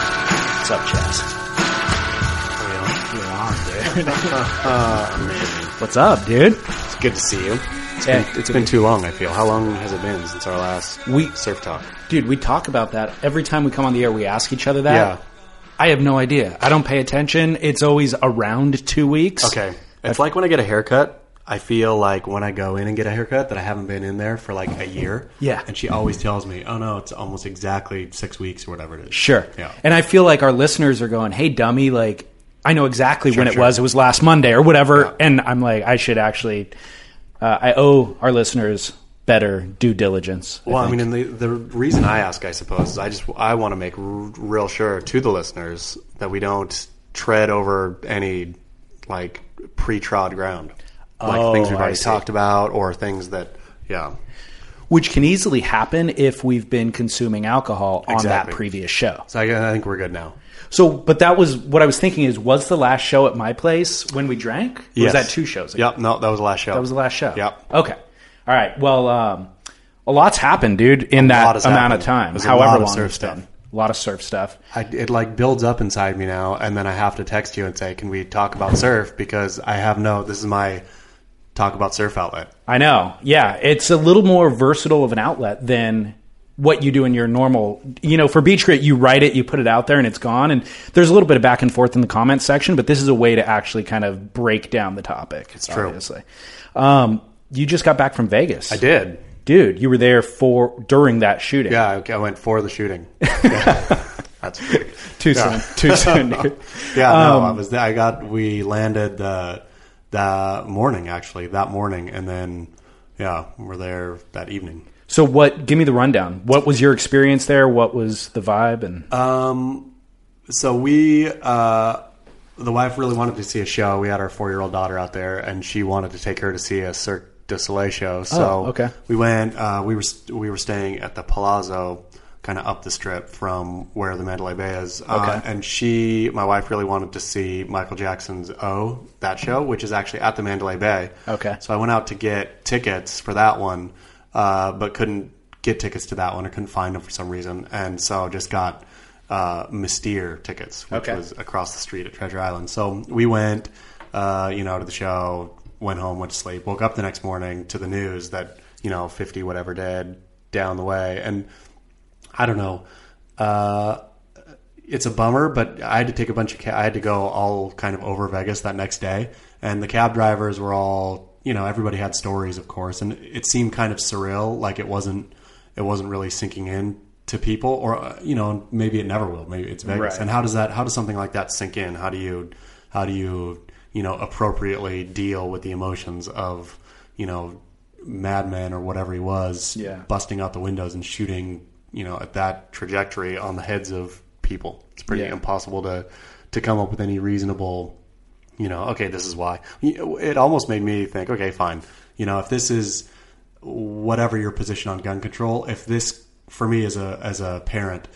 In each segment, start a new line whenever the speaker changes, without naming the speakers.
What's up, Chaz?
You're on, dude.
What's up, dude?
It's good to see you. It's
Uh, Yeah,
been, it's been too long, I feel. How long has it been since our last
We-
surf talk?
Dude, we talk about that every time we come on the air. We ask each other that.
Yeah.
I have no idea. I don't pay attention. It's always around two weeks.
Okay. It's like when I get a haircut. I feel like when I go in and get a haircut that I haven't been in there for like a year.
Yeah.
And she always tells me, oh no, it's almost exactly six weeks or whatever it is.
Sure.
Yeah.
And I feel like our listeners are going, "Hey, dummy! Like, I know exactly when it
sure.
was. It was last Monday or whatever."
Yeah.
And I'm like, I should actually. Uh, I owe our listeners better due diligence.
Well, I mean, and the, the reason I ask, I suppose, is I just I want to make r- real sure to the listeners that we don't tread over any like pre-trod ground, like
Oh,
things we've
I
already
see.
talked about or things that, yeah,
which can easily happen if we've been consuming alcohol on
Exactly.
that previous show.
So I, I think we're good now.
So, but that was what I was thinking is was the last show at my place when we drank? Or
Yes.
Was that two shows ago?
Yep. No, that was the last show.
That was the last show.
Yep.
Okay. All right. Well, um, a lot's happened, dude, in
lot
that
has
amount
happened.
of time.
There's a
however
lot of
long
surf
it's been.
stuff.
A lot of surf stuff.
I, it like builds up inside me now, and then I have to text you and say, "Can we talk about surf?" Because I have no. This is my talk about surf outlet.
I know. Yeah, it's a little more versatile of an outlet than what you do in your normal. You know, for Beach Grit, you write it, you put it out there, and it's gone. And there's a little bit of back and forth in the comments section, but this is a way to actually kind of break down the topic. It's
true.
Obviously. Um, you just got back from Vegas.
I did.
dude. You were there for during that shooting.
Yeah, I, I went for the shooting. Yeah. That's
Too soon. Too soon, dude.
Yeah,
Um,
no, I was. there. I got. We landed the the morning actually that morning, and then yeah, we're there that evening.
So what? Give me the rundown. What was your experience there? What was the vibe? And
Uh, So we, uh, the wife really wanted to see a show. We had our four year old daughter out there, and she wanted to take her to see a Cirque du Soleil show. So
Oh, okay.
we went. Uh, we were we were staying at the Palazzo, kind of up the strip from where the Mandalay Bay is. Uh, and she, my wife, really wanted to see Michael Jackson's "Oh" that show, which is actually at the Mandalay Bay.
Okay.
So I went out to get tickets for that one, uh, but couldn't get tickets to that one or couldn't find them for some reason, and so just got uh, Mystere tickets, which
Okay.
was across the street at Treasure Island. So we went, uh, you know, to the show, went home, went to sleep, woke up the next morning to the news that you know fifty whatever dead down the way, and I don't know. Uh, it's a bummer, but I had to take a bunch of. Ca- I had to go all kind of over Vegas that next day, and the cab drivers were all, you know, everybody had stories, of course, and it seemed kind of surreal, like it wasn't, it wasn't really sinking in to people, or uh, you know, maybe it never will. Maybe it's Vegas,
Right.
and how does that? How does something like that sink in? How do you, how do you, you know, appropriately deal with the emotions of, you know, madman or whatever he was,
Yeah.
busting out the windows and shooting, you know, at that trajectory on the heads of people. It's pretty
Yeah.
impossible to to come up with any reasonable, you know, okay, this is why. You- It almost made me think, okay, fine. You know, if this is whatever your position on gun control, if this for me as a as a parent,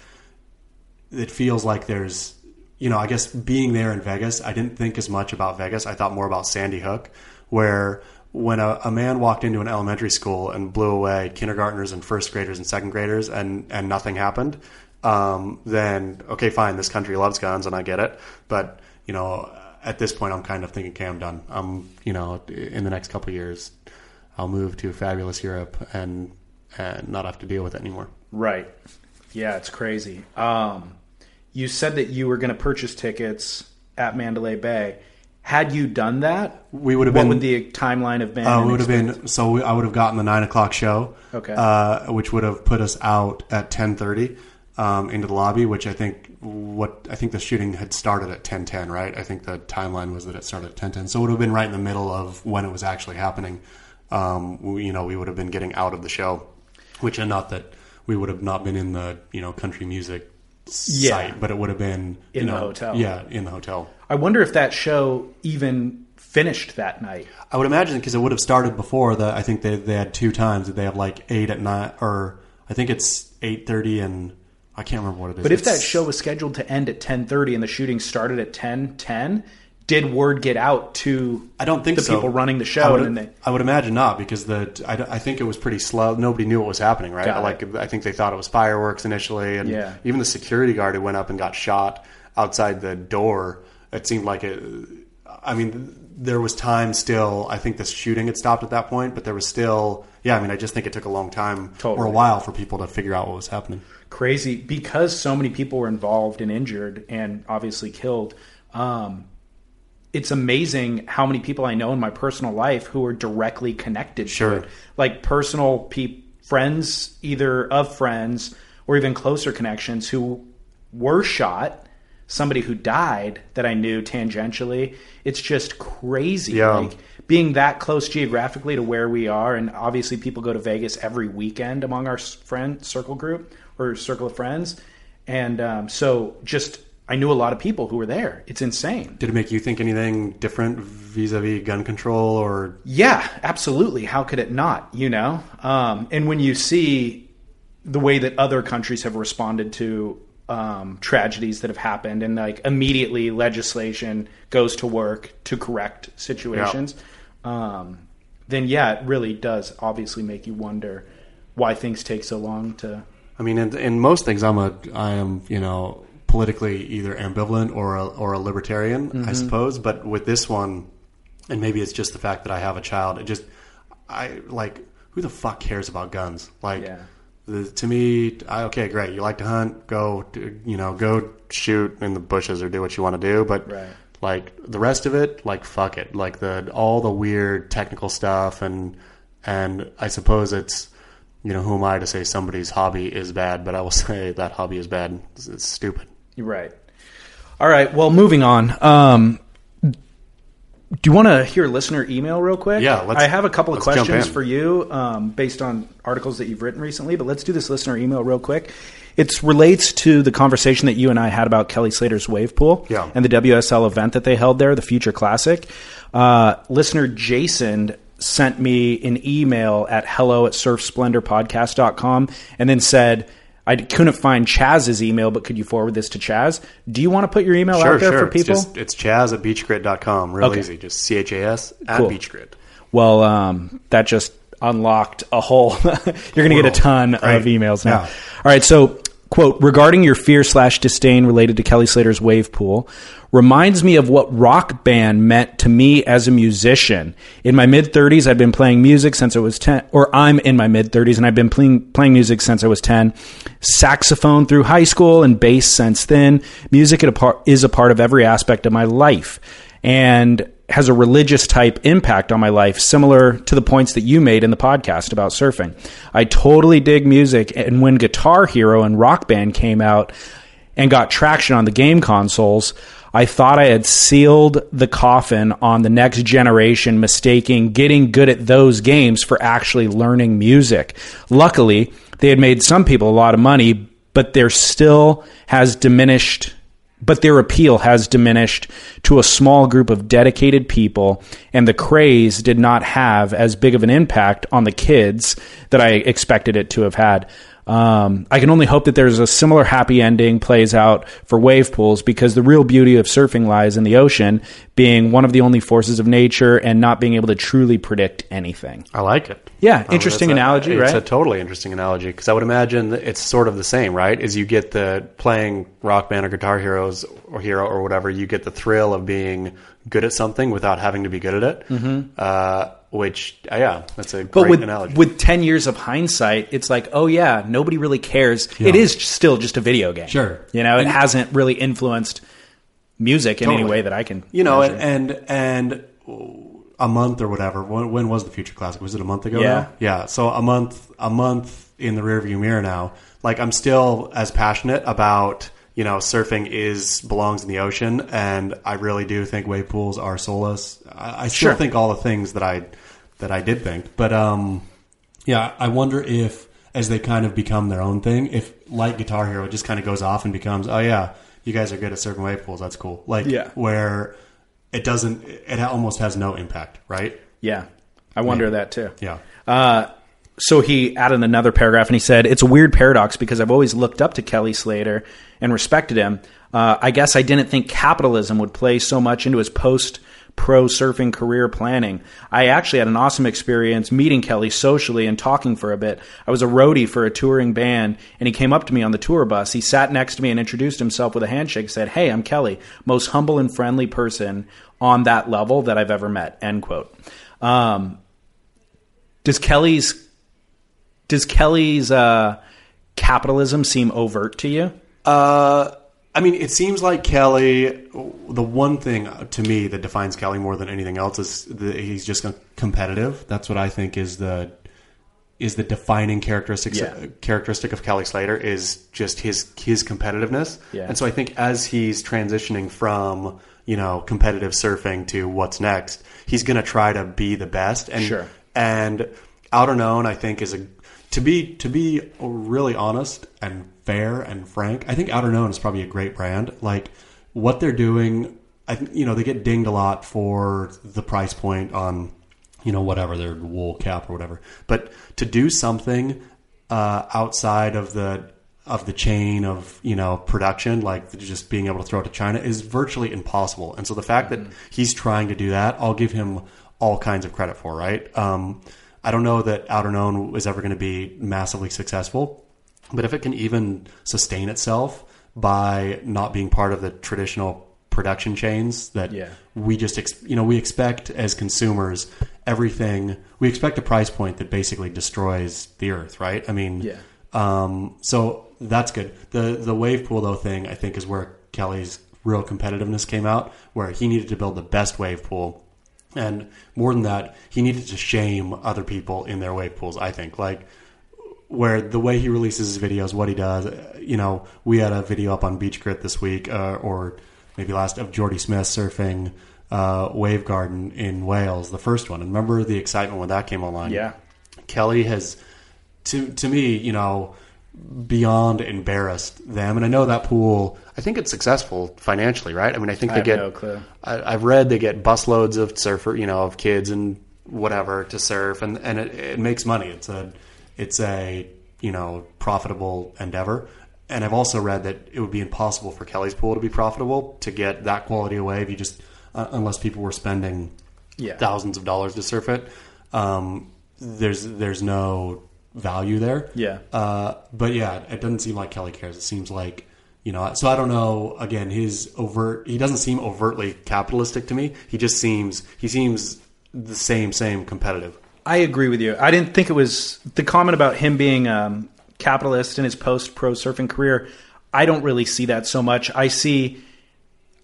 it feels like there's you know i guess being there in vegas i didn't think as much about vegas i thought more about sandy hook where when a, a man walked into an elementary school and blew away kindergartners and first graders and second graders and and nothing happened um, then okay fine this country loves guns and i get it but you know at this point i'm kind of thinking okay i'm done i'm you know in the next couple of years i'll move to fabulous europe and and not have to deal with it anymore
right. Yeah, it's crazy. Um, you said that you were going to purchase tickets at Mandalay Bay. Had you done that,
we would have
what
been
would the timeline have been?
Uh, it would have been so we- I would have gotten the nine o'clock show,
Okay.
uh, which would have put us out at ten thirty um, into the lobby. Which I think what I think the shooting had started at ten ten, right? I think the timeline was that it started at ten ten, so it would have been right in the middle of when it was actually happening. Um, we, you know, we would have been getting out of the show, which and not that we would have not been in the you know country music
Yeah.
site, but it would have been you
In the
know,
hotel.
Yeah, in the hotel.
I wonder if that show even finished that night.
I would imagine because it would have started before the. I think they they had two times. Did they have like eight at nine or I think it's eight thirty and I can't remember what it is.
But if
It's-
that show was scheduled to end at 10:30 and the shooting started at 10:10, did word get out to
I don't think
the
so.
people running the
I
show
would,
and then they
I would imagine not because the I, d- I think it was pretty slow. Nobody knew what was happening, right?
Got it.
like I think they thought it was fireworks initially, and
Yeah.
even the security guard who went up and got shot. outside the door, it seemed like it. I mean, there was time still. I think the shooting had stopped at that point, but there was still. Yeah, I mean, I just think it took a long time or
Totally.
a while for people to figure out what was happening.
crazy because so many people were involved and injured and obviously killed. Um, it's amazing how many people I know in my personal life who are directly connected
Sure.
to it, like personal pe- friends, either of friends or even closer connections who were shot. Somebody who died that I knew tangentially. It's just crazy.
Yeah.
Like being that close geographically to where we are, and obviously people go to Vegas every weekend among our s- friend circle group or circle of friends, and um, so just I knew a lot of people who were there. It's insane.
Did it make you think anything different vis-a-vis gun control or
Yeah, absolutely. How could it not? You know, um, and when you see the way that other countries have responded to um, tragedies that have happened, and like immediately legislation goes to work to correct situations, um, then yeah, it really does obviously make you wonder why things take so long to.
I mean, in, in most things, I'm a I am you know politically either ambivalent or a, or a libertarian, I suppose. But with this one, and maybe it's just the fact that I have a child. It just I like who the fuck cares about guns? Like
Yeah.
the, to me, I, okay, great. You like to hunt, go do- you know go shoot in the bushes or do what you want to do, but
Right.
like the rest of it like fuck it like the all the weird technical stuff and and i suppose it's you know who am i to say somebody's hobby is bad but i will say that hobby is bad it's, it's stupid
You're right. All right. Well, moving on. Um, do you want to hear listener email real quick?
Yeah, let's-
I have a couple of
let's jump
questions
in.
for you um, based on articles that you've written recently, but let's do this listener email real quick. It relates to the conversation that you and I had about Kelly Slater's wave pool
Yeah.
and the WSL event that they held there, the Future Classic. Uh, listener Jason sent me an email at hello at surfsplendorpodcast.com and then said, I couldn't find Chaz's email, but could you forward this to Chaz? Do you want to put your email out there for
it's,
people?
just, it's chaz at beachgrid.com real
Okay.
easy just chas at
Cool.
beachgrid
Well, um, that just unlocked a whole. you're going to get a ton of
Great.
emails now.
Yeah.
All right. So, quote regarding your fear slash disdain related to Kelly Slater's wave pool reminds me of what rock band meant to me as a musician. In my mid 30s, I'd been playing music since I was 10, or I'm in my mid 30s and I've been playing, playing music since I was 10. Saxophone through high school and bass since then. Music at a par- is a part of every aspect of my life. And has a religious type impact on my life, similar to the points that you made in the podcast about surfing. I totally dig music, and when Guitar Hero and Rock Band came out and got traction on the game consoles, I thought I had sealed the coffin on the next generation, mistaking getting good at those games for actually learning music. Luckily, they had made some people a lot of money, but there still has diminished but their appeal has diminished to a small group of dedicated people, and the craze did not have as big of an impact on the kids that I expected it to have had. Um, I can only hope that there's a similar happy ending plays out for wave pools because the real beauty of surfing lies in the ocean, being one of the only forces of nature and not being able to truly predict anything.
I like it.
Yeah,
I mean,
interesting
it's a-
analogy,
It's
right?
a totally interesting analogy because I would imagine that it's sort of the same, right? Is you get the playing rock band or guitar heroes or hero or whatever, you get the thrill of being good at something without having to be good at it. Mm-hmm. Uh, which, uh, yeah, that's a
But
great
with
analogy.
with ten years of hindsight, it's like, oh yeah, nobody really cares. It is still just a video game.
Sure.
you know, it hasn't really influenced music in any
Totally.
way that I can.
you know,
measure.
and and a month or whatever. When, when was the Future Classic? Was it a month ago?
Yeah.
now? yeah. So a month, a month in the rearview mirror now. Like I'm still as passionate about you know surfing is belongs in the ocean, and I really do think wave pools are soulless. I, I still
Sure.
think all the things that I that I did think, but um, yeah, I wonder if as they kind of become their own thing, if like Guitar Hero it just kind of goes off and becomes, oh yeah, you guys are good at surfing wave pools. That's cool. Like
Yeah.
where it doesn't, it almost has no impact, right?
yeah, I wonder that too.
Yeah.
Uh, so he added another paragraph and he said, It's a weird paradox because I've always looked up to Kelly Slater and respected him. Uh, I guess I didn't think capitalism would play so much into his post pro surfing career planning. I actually had an awesome experience meeting Kelly socially and talking for a bit. I was a roadie for a touring band and he came up to me on the tour bus. He sat next to me and introduced himself with a handshake, said, Hey, I'm Kelly, most humble and friendly person on that level that I've ever met. End quote. Um, does Kelly's does Kelly's uh, capitalism seem overt to you?
Uh, I mean, it seems like Kelly. The one thing uh, to me that defines Kelly more than anything else is that he's just com- competitive. That's what I think is the is the defining characteristic
Yeah.
characteristic of Kelly Slater is just his his competitiveness.
Yeah.
And so I think as he's transitioning from you know competitive surfing to what's next, he's going to try to be the best. And
Sure.
and outer known, I think is a to be to be really honest and fair and frank. I think outer known is probably a great brand. Like what they're doing, I think you know they get dinged a lot for the price point on you know whatever their wool cap or whatever, but to do something uh, outside of the of the chain of you know production like just being able to throw it to china is virtually impossible and so the fact that he's trying to do that i'll give him all kinds of credit for right um, i don't know that outer known is ever going to be massively successful but if it can even sustain itself by not being part of the traditional production chains that
Yeah.
we just ex- you know we expect as consumers everything we expect a price point that basically destroys the earth right i mean
Yeah.
um, so that's good. The the wave pool though thing I think is where Kelly's real competitiveness came out, where he needed to build the best wave pool, and more than that, he needed to shame other people in their wave pools. I think like where the way he releases his videos, what he does, uh, you know, we had a video up on Beach Grit this week, uh, or maybe last of Jordy Smith surfing uh, Wave Garden in Wales, the first one. And remember the excitement when that came online?
Yeah.
Kelly has, to to me, you know, beyond embarrassed them. And I know that pool. I think it's successful financially, right? I mean, I think
I
they
have
get.
no clue.
I, I've read they get busloads of surfer, you know, of kids and whatever to surf, and and it, it makes money. It's a it's a you know profitable endeavor. And I've also read that it would be impossible for Kelly's pool to be profitable to get that quality of wave. You just uh, unless people were spending
Yeah.
thousands of dollars to surf it. Um, there's there's no value there.
Yeah.
Uh, but yeah, it doesn't seem like Kelly cares. It seems like you know. So I don't know. Again, his overt he doesn't seem overtly capitalistic to me. He just seems he seems the same same competitive.
I agree with you. I didn't think it was the comment about him being um, capitalist in his post pro surfing career. I don't really see that so much. I see,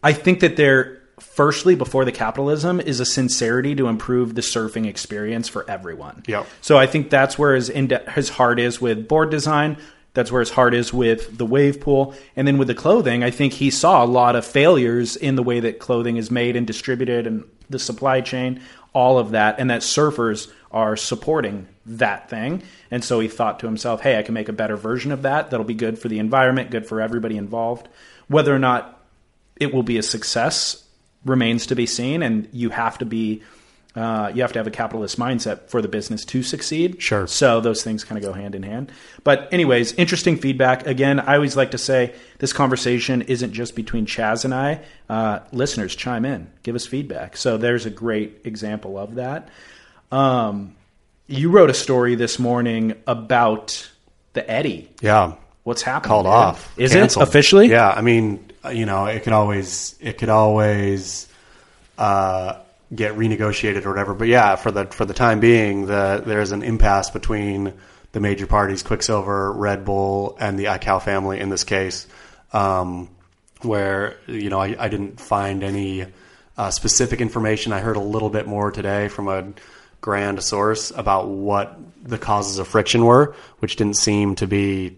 I think that there, firstly, before the capitalism, is a sincerity to improve the surfing experience for everyone.
Yep.
So I think that's where his inde his heart is with board design. That's where his heart is with the wave pool, and then with the clothing. I think he saw a lot of failures in the way that clothing is made and distributed, and the supply chain, all of that, and that surfers are supporting that thing. And so he thought to himself, "Hey, I can make a better version of that. That'll be good for the environment, good for everybody involved. Whether or not it will be a success remains to be seen, and you have to be uh, you have to have a capitalist mindset for the business to succeed.
Sure.
So those things kind of go hand in hand. But anyways, interesting feedback. Again, I always like to say this conversation isn't just between Chaz and I. Uh, listeners, chime in, give us feedback. So there's a great example of that. Um, you wrote a story this morning about the Eddie.
Yeah.
What's happening?
called
dude?
off.
Is
Canceled.
it officially?
Yeah, I mean, you know, it could always it could always uh, get renegotiated or whatever. But yeah, for the for the time being, the there's an impasse between the major parties, Quicksilver, Red Bull, and the ICAO family in this case, um, where you know I, I didn't find any uh, specific information. I heard a little bit more today from a grand source about what the causes of friction were, which didn't seem to be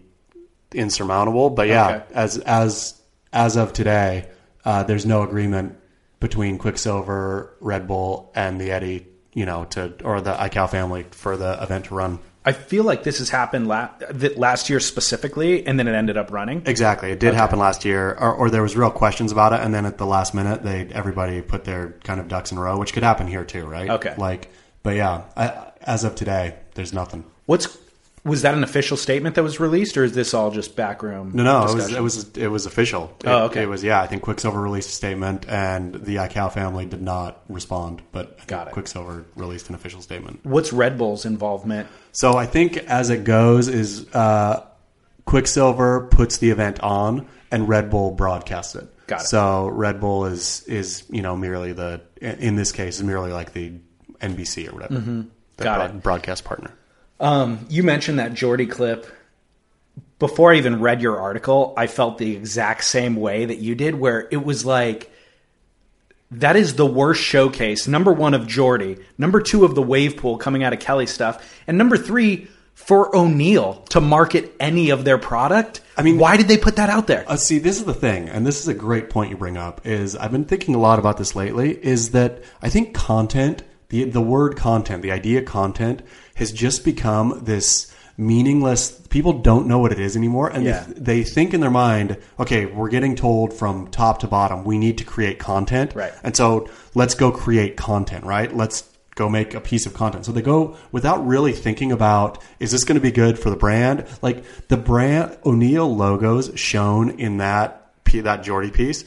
insurmountable. But yeah,
Okay.
as as as of today, uh, there's no agreement between Quicksilver, Red Bull, and the Eddie, you know, to or the ICAO family for the event to run.
I feel like this has happened la- th- last year specifically, and then it ended up running.
Exactly, it did happen last year, or, or there was real questions about it, and then at the last minute, they everybody put their kind of ducks in a row, which could happen here too, right?
Okay.
like, but yeah, I, as of today, there's nothing.
What's was that an official statement that was released, or is this all just backroom?
No, no, it was,
discussion?
it was it was official. It,
Oh, okay.
It was yeah. I think Quicksilver released a statement, and the iCal family did not respond. But I think
Got it.
Quicksilver released an official statement.
What's Red Bull's involvement?
So I think as it goes is uh, Quicksilver puts the event on, and Red Bull broadcasts it.
Got it.
So Red Bull is is you know merely the in this case is merely like the NBC or whatever. The
Mm-hmm. Got
broad-
it.
Broadcast partner.
You mentioned that Jordy clip. Before I even read your article, I felt the exact same way that you did, where it was like, that is the worst showcase. Number one of Jordy, number two of the wave pool coming out of Kelly stuff, and number three for O'Neill to market any of their product. I
mean-
why did they put that out there?
Uh, see, this is the thing, and this is a great point you bring up. Is I've been thinking a lot about this lately. Is that I think content, the the word content, the idea content, has just become this meaningless. People don't know what it is anymore, and
Yeah.
they, they think in their mind, okay, we're getting told from top to bottom we need to create content,
Right.
And so let's go create content, right? Let's go make a piece of content. So they go without really thinking about is this going to be good for the brand? Like the brand O'Neill logos shown in that p- that Geordie piece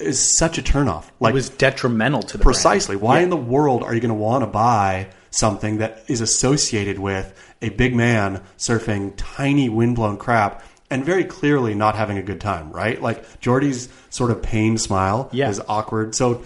is such a turnoff. Like
it was detrimental to the brand.
precisely, why in the world are you going to want to buy something that is associated with a big man surfing tiny windblown crap? And very clearly not having a good time, right? Like Jordy's sort of pained smile
Yeah.
is awkward. So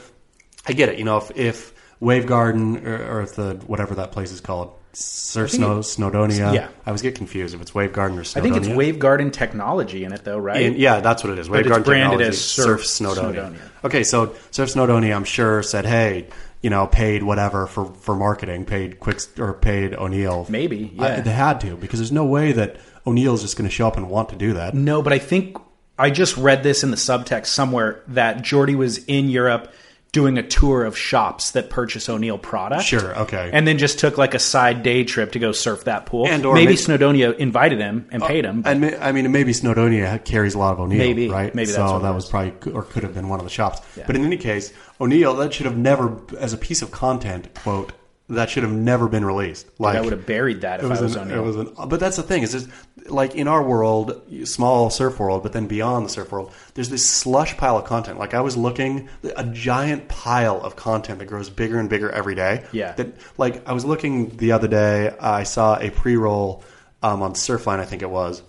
I get it. You know, if, if Wave Garden or, or if the whatever that place is called, Surf Snow, Snowdonia.
yeah.
I always get confused if it's Wave Garden or Snowdonia.
I think it's Wave Garden technology in it, though, right?
And- yeah, that's what it is. Wave
it's
Garden
branded
Technology,
as Surf
Snowdonia.
Snowdonia.
Okay, so Surf Snowdonia, I'm sure, said, "Hey, you know, paid whatever for for marketing, paid Quick or paid O'Neill.
Maybe,
I-
yeah.
they had to because there's no way that O'Neill's just going to show up and want to do that.
No, but I think I just read this in the subtext somewhere that Jordy was in Europe doing a tour of shops that purchase O'Neill product.
Sure, okay.
And then just took like a side day trip to go surf that pool.
And
And
or
or maybe
may- Oh,
Snowdonia invited him and paid him.
And ma- I mean, maybe Snowdonia carries a lot of O'Neill,
Maybe.
right?
Maybe
so
that's what it
that was probably or could have been one of the shops. But in any case, O'Neill that should have never, as a piece of content, quote, that should have never been released. Like
I would have buried that if
it was,
I was
an, it
O'Neill.
was an, but that's the thing is just like in our world small surf world but then beyond the surf world there's this slush pile of content like i was looking a giant pile of content that grows bigger and bigger every day
Yeah.
that like i was looking the other day i saw a pre-roll um, on surfline i think it was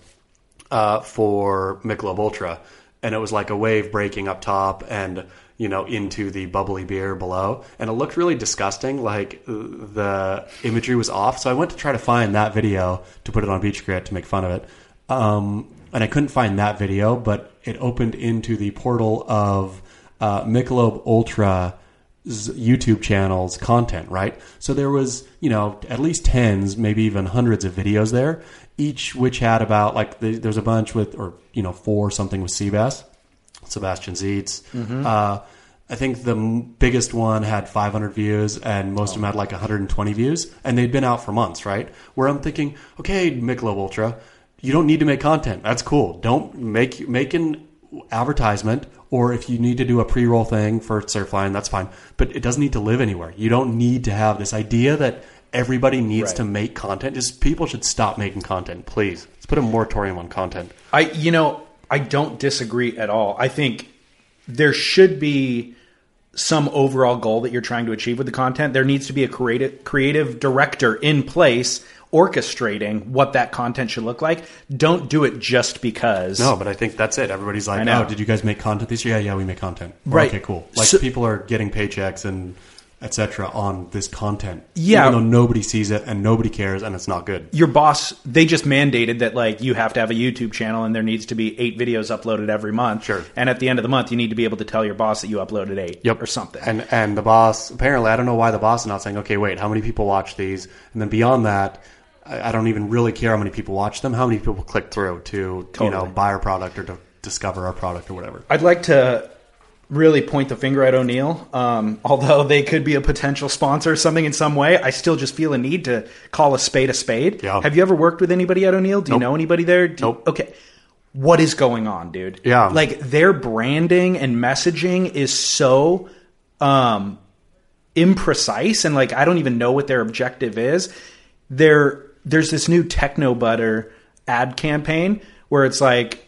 uh, for Michelob Ultra, and it was like a wave breaking up top and you know into the bubbly beer below, and it looked really disgusting. Like uh, the imagery was off, so I went to try to find that video to put it on Beach Grit to make fun of it, um, and I couldn't find that video, but it opened into the portal of uh, Michelob Ultra. YouTube channels content, right? So there was, you know, at least tens, maybe even hundreds of videos there, each which had about like the, there's a bunch with or you know four something with Seabass, Sebastian Zietz. Uh, I think the m- biggest one had 500 views, and most of them had like 120 views, and they'd been out for months, right? Where I'm thinking, okay, Michelob Ultra, you don't need to make content. That's cool. Don't make make an advertisement or if you need to do a pre-roll thing for Surfline, that's fine. But it doesn't need to live anywhere. You don't need to have this idea that everybody needs
Right.
to make content. Just people should stop making content, please. Let's put a moratorium on content.
I you know, I don't disagree at all. I think there should be some overall goal that you're trying to achieve with the content. There needs to be a creative creative director in place orchestrating what that content should look like. Don't do it just because.
No, but I think that's it. Everybody's like,
know.
"Oh, did you guys make content this year? Yeah, yeah, we make content. Or,
Right.
Okay, cool." Like
So-
people are getting paychecks and etc. on this content.
Yeah.
even though nobody sees it and nobody cares and it's not good.
your boss they just mandated that like you have to have a YouTube channel and there needs to be eight videos uploaded every month.
Sure.
And at the end of the month you need to be able to tell your boss that you uploaded eight
Yep.
or something.
And and the boss apparently I don't know why the boss is not saying, okay, wait, how many people watch these? And then beyond that, I, I don't even really care how many people watch them. How many people click through to you know
Totally.
buy our product or to discover our product or whatever?
I'd like to really point the finger at O'Neill. Um, although they could be a potential sponsor or something in some way, I still just feel a need to call a spade a spade.
Yeah.
Have you ever worked with anybody at O'Neill? Do you know anybody there? Do you-
Nope.
okay. What is going on, dude?
Yeah.
Like their branding and messaging is so um imprecise and like I don't even know what their objective is. They're there's this new techno butter ad campaign where it's like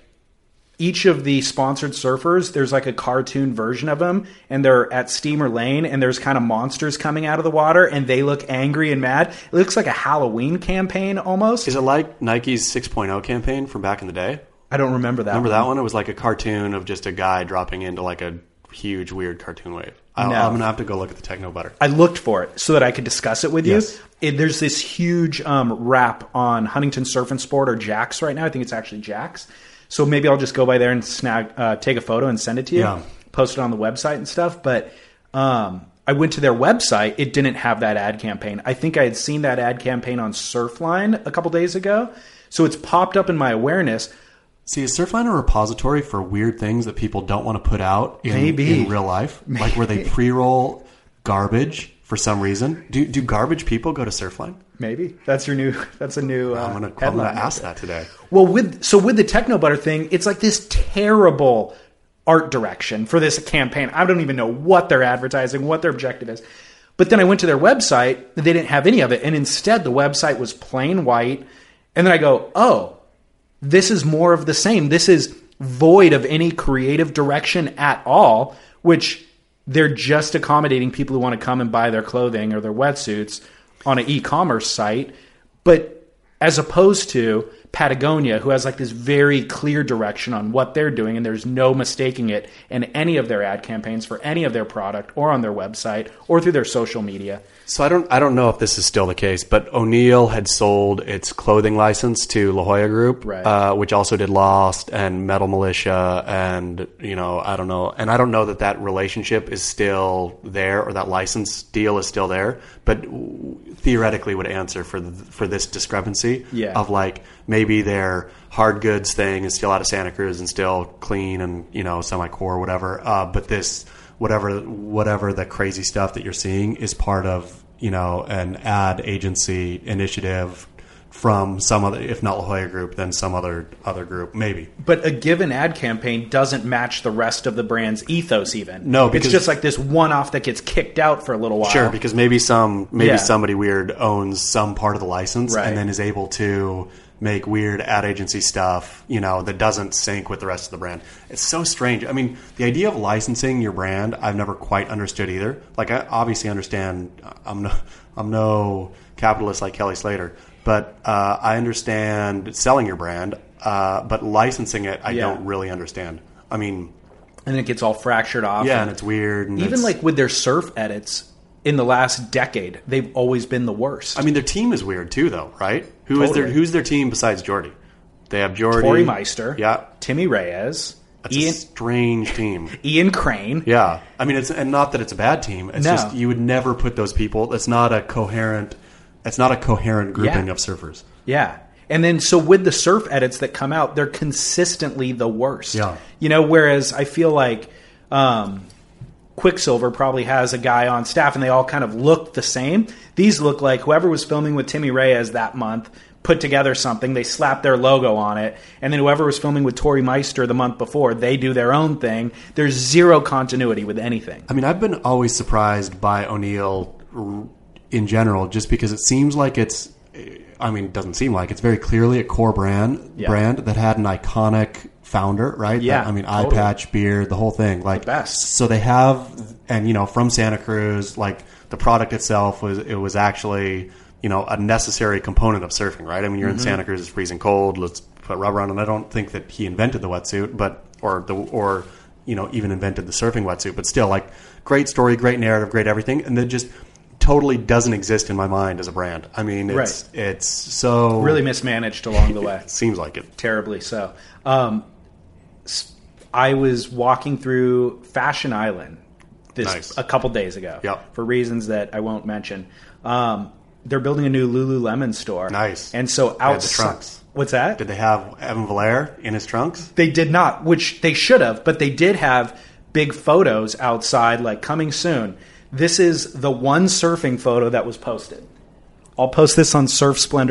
each of the sponsored surfers, there's like a cartoon version of them, and they're at Steamer Lane, and there's kind of monsters coming out of the water, and they look angry and mad. It looks like a Halloween campaign almost.
Is it like Nike's 6.0 campaign from back in the day?
I don't remember that.
Remember that one? It was like a cartoon of just a guy dropping into like a huge weird cartoon wave. I'll,
No.
I'm gonna have to go look at the techno butter.
I looked for it so that I could discuss it with
Yes.
you. It, there's this huge um, wrap on Huntington Surf and Sport or Jack's right now. I think it's actually Jack's. So maybe I'll just go by there and snag, uh, take a photo and send it to you,
Yeah.
post it on the website and stuff. But um, I went to their website. It didn't have that ad campaign. I think I had seen that ad campaign on Surfline a couple days ago. So it's popped up in my awareness.
See, is Surfline a repository for weird things that people don't want to put out in,
Maybe.
in real life? Like where they pre-roll garbage for some reason? Do do garbage people go to Surfline?
Maybe that's your new. That's a new. Uh,
I'm gonna, I'm gonna
headline.
ask that today.
Well, with so with the techno butter thing, it's like this terrible art direction for this campaign. I don't even know what they're advertising, what their objective is. But then I went to their website, they didn't have any of it, and instead the website was plain white. And then I go, "Oh, this is more of the same. This is void of any creative direction at all, which they're just accommodating people who want to come and buy their clothing or their wetsuits on an e-commerce site, but as opposed to Patagonia who has like this very clear direction on what they're doing and there's no mistaking it in any of their ad campaigns for any of their product or on their website or through their social media.
So I don't I don't know if this is still the case, but O'Neill had sold its clothing license to La Jolla Group,
Right.
uh, which also did Lost and Metal Militia, and you know I don't know, and I don't know that that relationship is still there or that license deal is still there, but w- theoretically would answer for th for this discrepancy
Yeah.
of like maybe their hard goods thing is still out of Santa Cruz and still clean and you know semi core or whatever. Uh, but this whatever whatever the crazy stuff that you're seeing is part of you know an ad agency initiative from some other if not La Jolla Group then some other other group maybe.
But a given ad campaign doesn't match the rest of the brand's ethos even.
No,
it's
because-
just like this one off that gets kicked out for a little while.
Sure, because maybe some maybe
Oh. Yeah.
somebody weird owns some part of the license
Right.
and then is able to make weird ad agency stuff, you know, that doesn't sync with the rest of the brand. It's so strange. I mean, the idea of licensing your brand, I've never quite understood either. Like I obviously understand I'm no I'm no capitalist like Kelly Slater, but uh, I understand selling your brand, uh, but licensing it I
Yeah.
don't really understand. I mean,
and it gets all fractured off.
yeah,
and
and it's weird and
even
it's-
like with their surf edits in the last decade, they've always been the worst.
I mean, their team is weird too, though, right? Who is their
Totally.
Who's their team besides Jordy? They have Jordy,
Corey Meister,
Yeah,
Timmy Reyes,
that's a
Ian,
strange team.
Ian Crane.
Yeah, I mean, it's and not that it's a bad team. It's
No.
just you would never put those people. It's not a coherent. It's not a coherent grouping
Yeah.
of surfers.
Yeah. And then so with the surf edits that come out, they're consistently the worst.
Yeah.
You know, whereas I feel like um, Quicksilver probably has a guy on staff and they all kind of look the same. These look like whoever was filming with Timmy Reyes that month put together something, they slapped their logo on it, and then whoever was filming with Tori Meister the month before, they do their own thing. There's zero continuity with anything.
I mean, I've been always surprised by O'Neill r- in general, just because it seems like it's. I mean, it doesn't seem like it's very clearly a core brand
Yeah.
brand that had an iconic founder, right?
Yeah,
I mean, eye
totally.
patch, beard, the whole thing. Like
best.
So they have, and you know, from Santa Cruz, like the product itself was it was actually you know a necessary component of surfing, right? I mean, you're in Santa Cruz, it's freezing cold. Let's put rubber on, and I don't think that he invented the wetsuit, but or the or you know even invented the surfing wetsuit, but still, like great story, great narrative, great everything, and that just totally doesn't exist in my mind as a brand. I mean, it's it's so
Really mismanaged along the way.
seems like it.
terribly so. Um, s- I was walking through Fashion Island this
Nice.
a couple days ago
Yep.
for reasons that I won't mention. Um, they're building a new Lululemon store.
Nice.
And so
had the
outside,
trunks.
what's that?
Did they have Evan Valair in his trunks?
They did not, which they should have, but they did have big photos outside, like coming soon. This is the one surfing photo that was posted. I'll post this on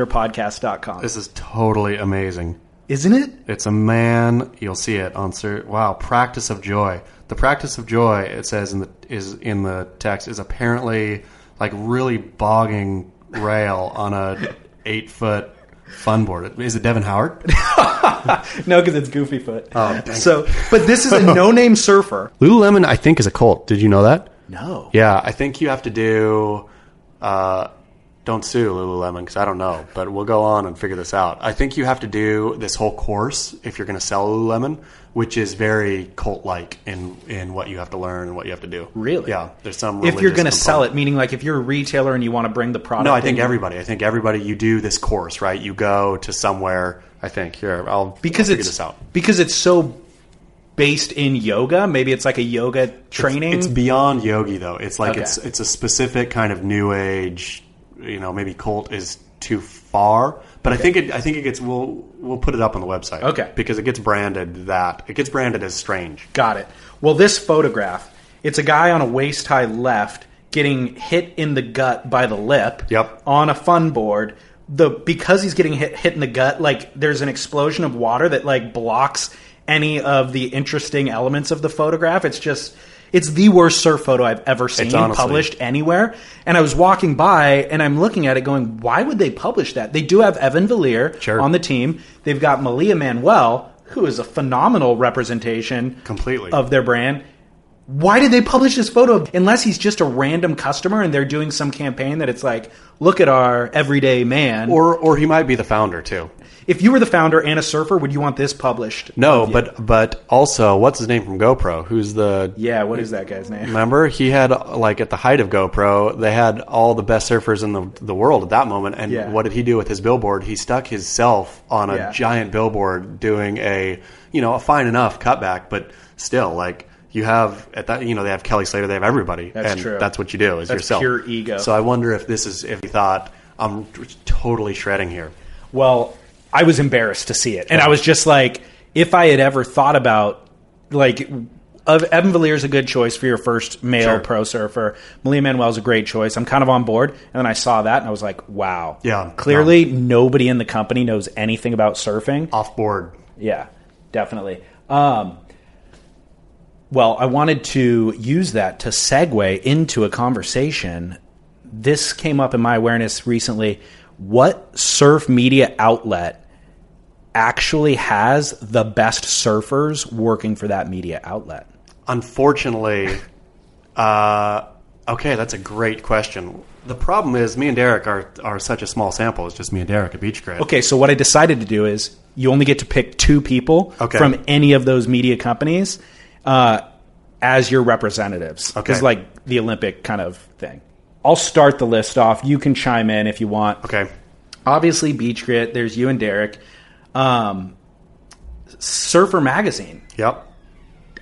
surfsplendorpodcast.com.
This is totally amazing.
Isn't it?
It's a man. You'll see it on Sir. Wow, practice of joy. The practice of joy. It says in the is in the text is apparently like really bogging rail on a eight foot fun board. Is it Devin Howard?
No, because it's Goofy Foot.
Oh, dang.
so, but this is a no-name surfer.
Lululemon, I think, is a cult. Did you know that?
No.
Yeah, I think you have to do. Uh, don't sue Lululemon because I don't know, but we'll go on and figure this out. I think you have to do this whole course if you're going to sell Lululemon, which is very cult-like in in what you have to learn and what you have to do.
Really?
Yeah. There's some.
If you're going to
religious
sell
component.
it, meaning like if you're a retailer and you want to bring the product.
No, I think
in-
everybody. I think everybody. You do this course, right? You go to somewhere. I think here. I'll
because
I'll figure
it's
this out.
because it's so based in yoga. Maybe it's like a yoga training.
It's beyond yogi though. It's like
Okay.
it's it's a specific kind of new age. You know, maybe cult is too far, but I think it I think it gets we'll we'll put it up on the website.
Okay.
because it gets branded that it gets branded as strange.
Got it. Well, this photograph, it's a guy on a waist high left getting hit in the gut by the lip.
Yep.
On a fun board. The because he's getting hit hit in the gut, like there's an explosion of water that like blocks any of the interesting elements of the photograph. It's just it's the worst surf photo I've ever seen
honestly-
published anywhere. And I was walking by and I'm looking at it going, why would they publish that? They do have Evan Valier
Sure.
on the team. They've got Malia Manuel, who is a phenomenal representation
Completely.
of their brand. Why did they publish this photo? Unless he's just a random customer and they're doing some campaign that it's like, look at our everyday man. Or
Or or he might be the founder too.
if you were the founder and a surfer, would you want this published?
No, but but also what's his name from GoPro? Who's the
Yeah, what is that guy's name?
Remember, he had like at the height of GoPro, they had all the best surfers in the the world at that moment. And
Yeah.
what did he do with his billboard? He stuck himself on a
Yeah.
giant billboard doing a you know a fine enough cutback, but still like you have at that you know they have Kelly Slater, they have everybody.
That's
and
true.
That's what you do is
That's
yourself.
pure ego.
So I wonder if this is if he thought I'm totally shredding here.
Well, I was embarrassed to see it, and I was just like, if I had ever thought about like. Of Evan Valier is a good choice for your first male
Sure.
pro surfer. Malia Manuel is a great choice. I'm kind of on board. And then I saw that and I was like, wow.
Yeah,
Clearly, nobody in the company knows anything about surfing.
Off board.
Yeah, definitely. Um, well, I wanted to use that to segue into a conversation. This came up in my awareness recently. What surf media outlet actually has the best surfers working for that media outlet?
Unfortunately, uh, okay, that's a great question. The problem is, me and Derek are, are such a small sample. It's just me and Derek at Beach Grid.
Okay, so what I decided to do is you only get to pick two people
Okay.
from any of those media companies uh, as your representatives.
Okay.
It's like the Olympic kind of thing. I'll start the list off. You can chime in if you want.
Okay.
Obviously, Beach Grit. There's you and Derek. Um, Surfer Magazine.
Yep.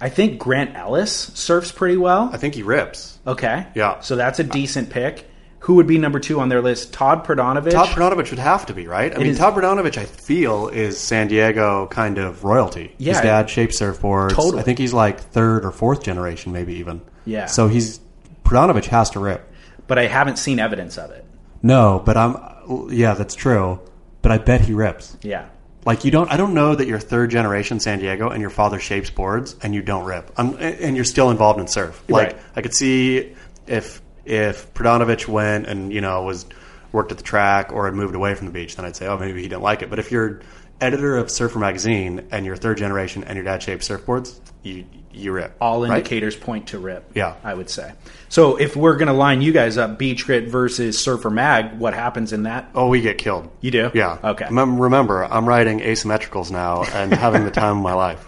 I think Grant Ellis surfs pretty well.
I think he rips.
Okay.
Yeah.
So that's a decent pick. Who would be number two on their list? Todd Perdonovich.
Todd Perdonovich would have to be, right? I mean,
is-
Todd Perdonovich, I feel, is San Diego kind of royalty.
Yeah.
His dad shaped surfboards.
Totally.
I think he's like third or fourth generation, maybe even.
Yeah.
So he's, Perdonovich has to rip.
but I haven't seen evidence of it.
No, but I'm, yeah, that's true. But I bet he rips.
Yeah.
Like you don't, I don't know that you're third generation San Diego and your father shapes boards and you don't rip, um, and you're still involved in surf. Like
Right.
I could see if if Pradonovich went and you know was worked at the track or had moved away from the beach, then I'd say, oh, maybe he didn't like it. But if you're editor of Surfer Magazine and you're third generation and your dad shapes surfboards, you you rip.
all
right?
indicators point to rip.
Yeah.
I would say. So if we're going to line you guys up, Beach Grit versus Surfer Mag, what happens in that?
Oh, we get killed.
You do?
Yeah.
Okay.
Mem- remember, I'm writing asymmetricals now and having the time of my life.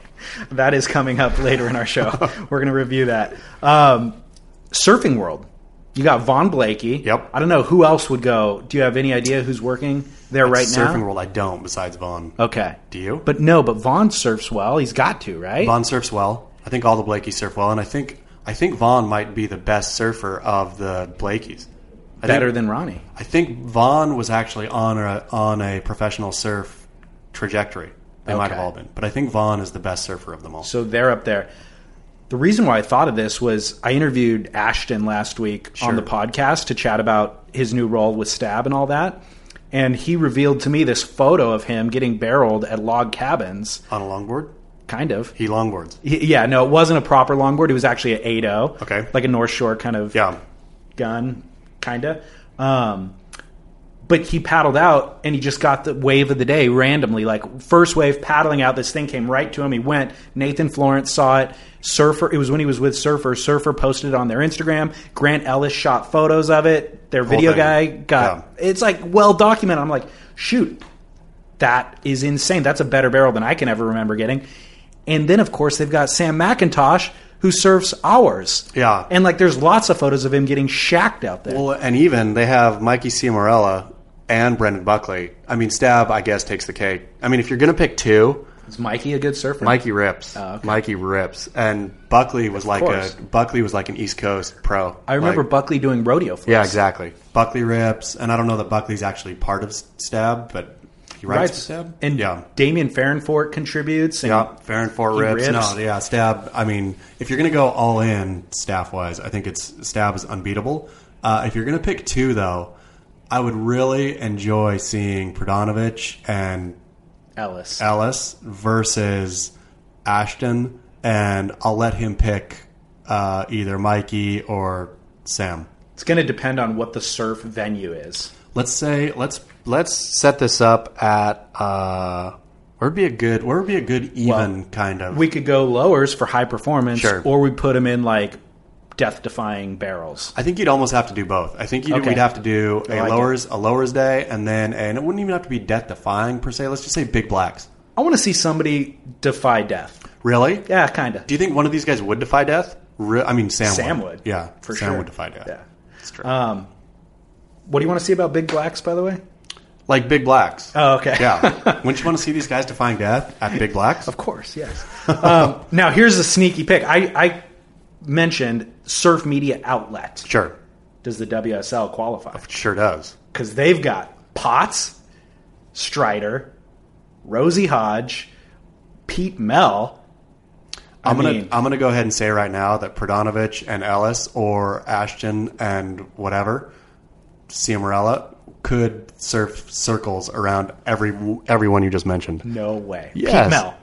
That is coming up later in our show. we're going to review that. Um, surfing World. You got Von Blakey.
Yep.
I don't know who else would go. Do you have any idea who's working there right
Surfing
now?
world, I don't. Besides Vaughn.
Okay.
Do you?
But no, but Vaughn surfs well. He's got to, right?
Vaughn surfs well. I think all the Blakeys surf well, and I think I think Vaughn might be the best surfer of the Blakeys. I
Better
think,
than Ronnie.
I think Vaughn was actually on a on a professional surf trajectory. They might have
Okay.
all been, but I think Vaughn is the best surfer of them all.
So they're up there. The reason why I thought of this was I interviewed Ashton last week on the podcast to chat about his new role with Stab and all that. And he revealed to me this photo of him getting barreled at log cabins,
on a longboard,
kind of.
he longboards.
Y- Yeah, no, it wasn't a oh. proper longboard. It was actually an 8
Okay.
Like a North Shore kind of
Yeah,
gun, kind of. Um, but he paddled out and he just got the wave of the day randomly like first wave paddling out this thing came right to him he went nathan florence saw it surfer it was when he was with surfer surfer posted it on their instagram grant ellis shot photos of it their video
thing.
guy got it's like well documented i'm like shoot that is insane that's a better barrel than i can ever remember getting and then of course they've got sam mcintosh who surfs ours
Yeah.
and like there's lots of photos of him getting shacked out there
Well, and even they have Mikey Ciamarella and Brendan Buckley. I mean, Stab, I guess, takes the cake. I mean, if you're going to pick two,
is mikey a good surfer
Mikey rips.
Oh, okay.
Mikey rips, and Buckley was like
course.
a Buckley was like an East Coast pro.
I remember
Like,
Buckley doing rodeo flips.
yeah, exactly. Buckley rips, and I don't know that Buckley's actually part of Stab, but he writes
Right.
Stab.
And
yeah,
Damian Farrenfort contributes. And
yeah, Farron Fort
He
rips.
rips.
No, yeah, Stab. I mean, if you're going to go all in staff wise, I think it's Stab is unbeatable. Uh, if you're going to pick two, though, I would really enjoy seeing Prodanovich and
Ellis.
Ellis versus Ashton, and I'll let him pick uh, either Mikey or Sam.
It's going to depend on what the surf venue is.
Let's say let's let's set this up at uh, where'd be a good where would be a good even kind of
We could go lowers for high performance,
Sure.
or we put them in like death defying barrels.
I think you'd almost have to do both. I think you'd,
Okay.
we'd have to do a
like it.
lowers a lowers day, and then and it wouldn't even have to be death defying per se. Let's just say big blacks.
I want to see somebody defy death.
Really?
Yeah, kind of.
Do you think one of these guys would defy death? Re- I mean, Sam.
Sam
would.
would.
Yeah,
for
Sam
sure.
would defy death.
Yeah.
that's true. Uh,
What do you want to see about big blacks, by the way?
like big blacks.
Oh, okay.
yeah. Wouldn't you want to see these guys defying death at big blacks?
Of course, yes. um, now, here's a sneaky pick. I, I mentioned surf media outlet.
Sure,
Does the WSL qualify?
sure does.
because they've got Potts, Strider, Rosie Hodge, Pete Mell. I
I'm gonna
mean-
I'm gonna go ahead and say right now that Prodanovich and Ellis or Ashton and whatever Ciamarella could surf circles around every everyone you just mentioned.
No way.
Yes.
Pete Mell.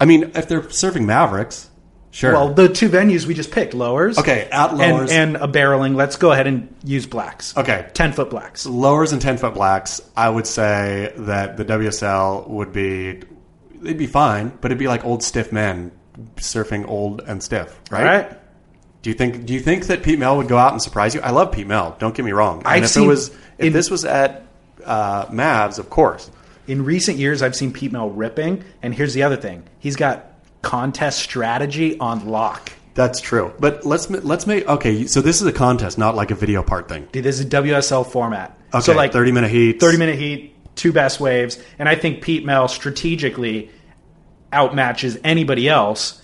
I mean, if they're surfing Mavericks, sure.
Well, the two venues we just picked, Lowers.
okay, at
And,
lowers and,
and a barreling. Let's go ahead and use blacks.
Okay.
10 foot blacks.
lowers and ten foot blacks, I would say that the WSL would be they'd be fine, but it'd be like old stiff men surfing old and stiff, right?
All right.
Do you think Do you think that Pete Mel would go out and surprise you? I love Pete Mel. Don't get me wrong. And
I've
if
seen-
it was if
in-
this was at uh, Mavs, of course.
In recent years, I've seen Pete Mell ripping. And here's the other thing he's got contest strategy on lock.
That's true. But let's ma- let's make okay. So this is a contest, not like a video part thing.
Dude, this is WSL format.
Okay,
so, like,
thirty minute heat.
30 minute heat, two best waves. And I think Pete Mel strategically outmatches anybody else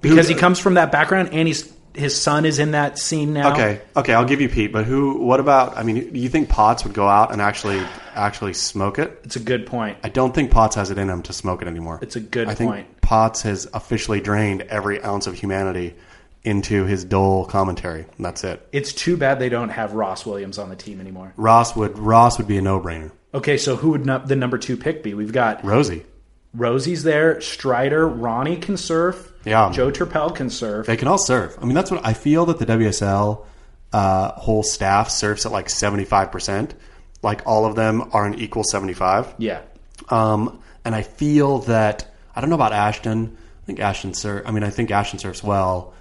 because he comes from that background and he's, his son is in that scene now.
Okay, okay, I'll give you Pete. But who? What about? I mean, do you think Potts would go out and actually actually smoke it?
It's a good point.
I don't think Potts has it in him to smoke it anymore.
It's a good
I think
point.
Potts has officially drained every ounce of humanity into his dull commentary. And that's it.
It's too bad they don't have Ross Williams on the team anymore.
Ross would Ross would be a no brainer.
Okay, so who would not, the number two pick be? We've got
Rosie.
Rosie's there, Strider, Ronnie can surf,
Yeah.
Joe Turpel can surf.
They can all surf. I mean, that's what I feel that the WSL uh, whole staff surfs at like seventy five percent. Like all of them are an equal seventy five.
yeah.
Um, and I feel that I don't know about Ashton. I think Ashton sur I mean, I think Ashton surfs well.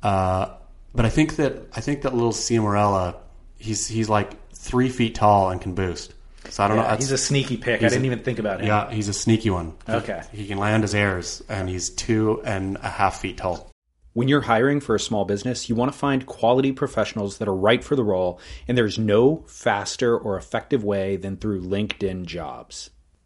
Uh, but I think that I think that little Ciamarella, he's he's like three feet tall and can boost. So I don't know.
Yeah,
that's-
he's a sneaky pick. I didn't even think about him.
yeah, he's a sneaky one.
Okay.
he, he can land his airs, and he's two and a half feet tall.
When you're hiring for a small business, you want to find quality professionals that are right for the role, and there's no faster or effective way than through LinkedIn jobs.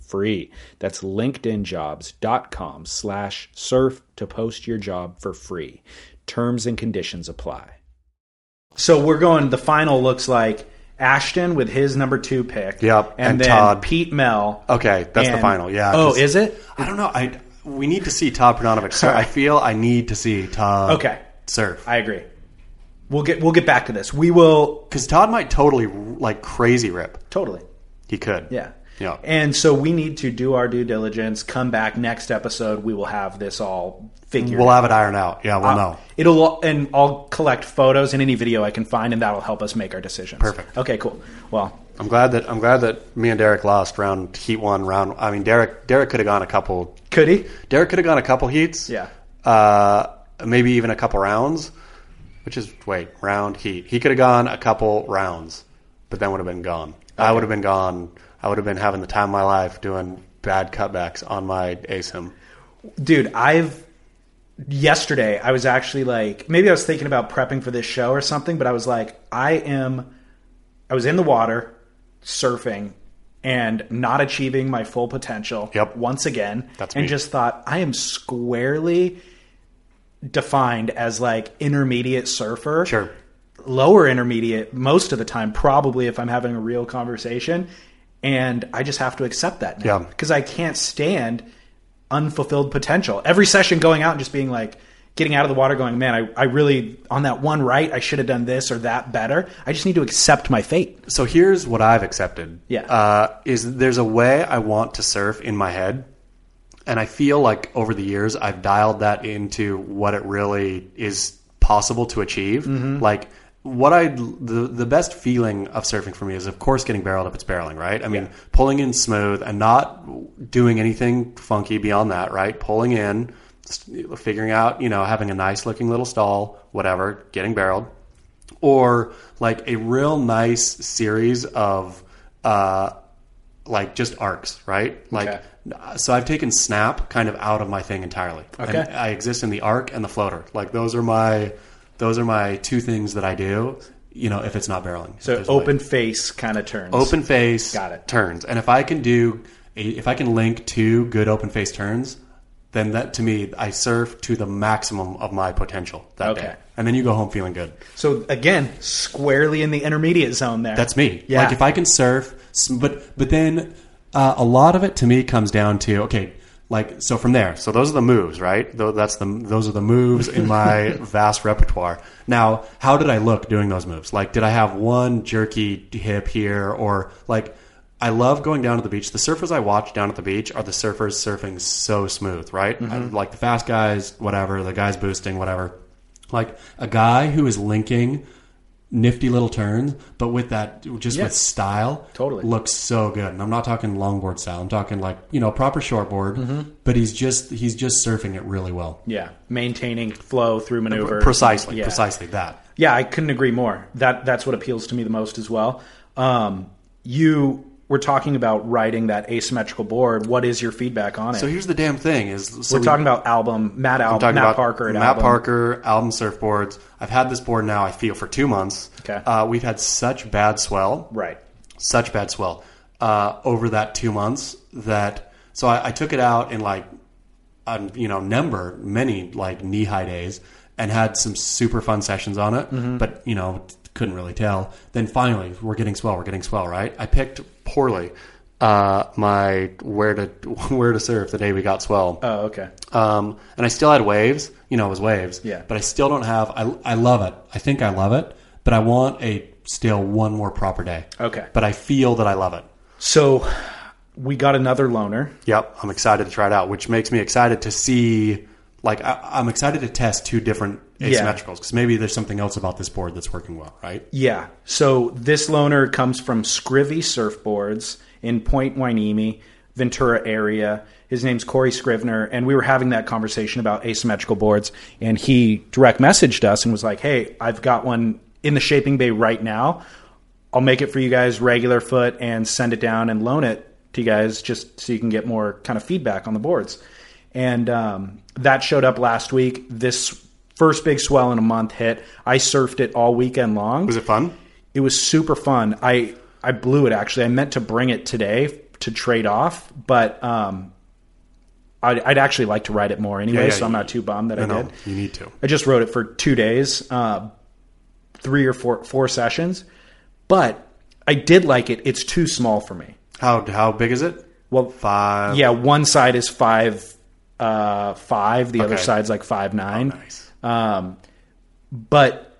free that's linkedinjobs.com slash surf to post your job for free terms and conditions apply so we're going the final looks like ashton with his number two pick
Yep,
and,
and
then
Todd.
pete mel
Okay, that's the
and-
final. Yeah.
oh
'cause-
is it
I don't know. I we need to see Todd Pranovic. So I feel I need to see Todd.
Okay.
Surf
i agree we'll get we'll get back to this we will
because Todd might totally like crazy rip.
totally
He could.
Yeah.
Yeah.
And so we need to do our due diligence, come back next episode, we will have this all figured
We'll
out.
have it ironed out. Yeah, we'll know.
It'll and I'll collect photos and any video I can find and that'll help us make our decisions.
Perfect.
Okay, cool. Well,
I'm glad that I'm glad that me and Derek lost round heat one round. I mean, Derek Derek could have gone a couple.
could he?
Derek could have gone a couple heats.
Yeah.
Uh, maybe even a couple rounds. Which is wait round heat. He could have gone a couple rounds, but then would have been gone. I would have been gone. I would have been having the time of my life doing bad cutbacks on my ASIM.
Dude, I've yesterday I was actually like maybe I was thinking about prepping for this show or something, but I was like, I am I was in the water surfing and not achieving my full potential
Yep.
once again.
That's
and
me.
just thought I am squarely defined as like intermediate surfer.
Sure.
Lower intermediate most of the time, probably if I'm having a real conversation. And I just have to accept that now.
Yeah.
Because I can't stand unfulfilled potential. Every session going out and just being like, getting out of the water going, man, I, I really, on that one right, I should have done this or that better. I just need to accept my fate.
So here's what I've accepted.
Yeah.
Uh, is there's a way I want to surf in my head, and I feel like over the years I've dialed that into what it really is possible to achieve. Like what I the the best feeling of surfing for me is of course getting barreled if it's barreling, right? I mean, pulling in smooth and not doing anything funky beyond that, right? Pulling in, s- figuring out, you know, having a nice looking little stall, whatever, getting barreled or like a real nice series of uh like just arcs right like uh,
Okay.
so i've taken snap kind of out of my thing entirely
Okay.
And i exist in the arc and the floater like those are my those are my two things that i do you know if it's not barreling
So
There's, like,
open face kind of turns.
open face
Got it.
turns and if i can do if i can link two good open face turns then that to me i surf to the maximum of my potential that
Okay.
day and then you go home feeling good
So again, squarely in the intermediate zone there.
That's me.
Yeah.
Like if I can surf, s- but but then uh, a lot of it to me comes down to okay, like so from there. So those are the moves, right? Though that's the those are the moves in my vast repertoire. Now, how did I look doing those moves? Like, did I have one jerky hip here, or like? I love going down to the beach. The surfers I watch down at the beach are the surfers surfing so smooth, right? I-
Mm-hmm.
like the fast guys, whatever, the guys boosting, whatever. Like a guy who is linking nifty little turns, but with that, just
Yeah.
with style,
Totally.
looks so good. And I'm not talking longboard style. I'm talking like you know proper shortboard.
Mm-hmm.
But he's just he's just surfing it really well.
yeah, maintaining flow through maneuver.
Precisely,
Yeah.
precisely that.
Yeah, I couldn't agree more. That that's what appeals to me the most as well. Um, you were talking about writing that asymmetrical board. What is your feedback on it?
So here's the damn thing: is so
we're talking about album Matt Al- Matt
talking about
Parker at
Matt
album.
Parker, album surfboards. I've had this board now. I feel for two months.
Okay.
uh, we've had such bad swell.
Right.
such bad swell uh, over that two months that so I, I took it out in like um, you know number many like knee high days and had some super fun sessions on it but you know couldn't really tell then finally we're getting swell we're getting swell right I picked poorly uh, my where to where to surf the day we got swell
Oh, okay.
um, and I still had waves. You know, it was waves.
Yeah.
But I still don't have. I I love it. I think I love it. But I want a still one more proper day.
Okay.
But I feel that I love it.
So we got another loner.
Yep. I'm excited to try it out, which makes me excited to see. Like I, I'm excited to test two different
Yeah.
asymmetricals because maybe there's something else about this board that's working well, right?
Yeah. So this loaner comes from Scrivy Surfboards in Point Wainimi. Ventura area. His name's Corey Scrivener, and we were having that conversation about asymmetrical boards. And he direct messaged us and was like, "Hey, I've got one in the shaping bay right now. I'll make it for you guys regular foot and send it down and loan it to you guys just so you can get more kind of feedback on the boards." And um, that showed up last week. This first big swell in a month hit. I surfed it all weekend long.
Was it fun?
It was super fun. I I blew it actually. I meant to bring it today to trade off, but um, I'd, I'd actually like to ride it more anyway,
yeah,
so I'm
you-
not too bummed that I
No,
did.
you need to.
I just rode it for two days, uh, three or four four sessions, but I did like it. It's too small for me.
How how big is it?
Well,
Five.
yeah, one side is five uh, five, the other
Okay. Oh,
side's like five nine. Um,
Nice.
but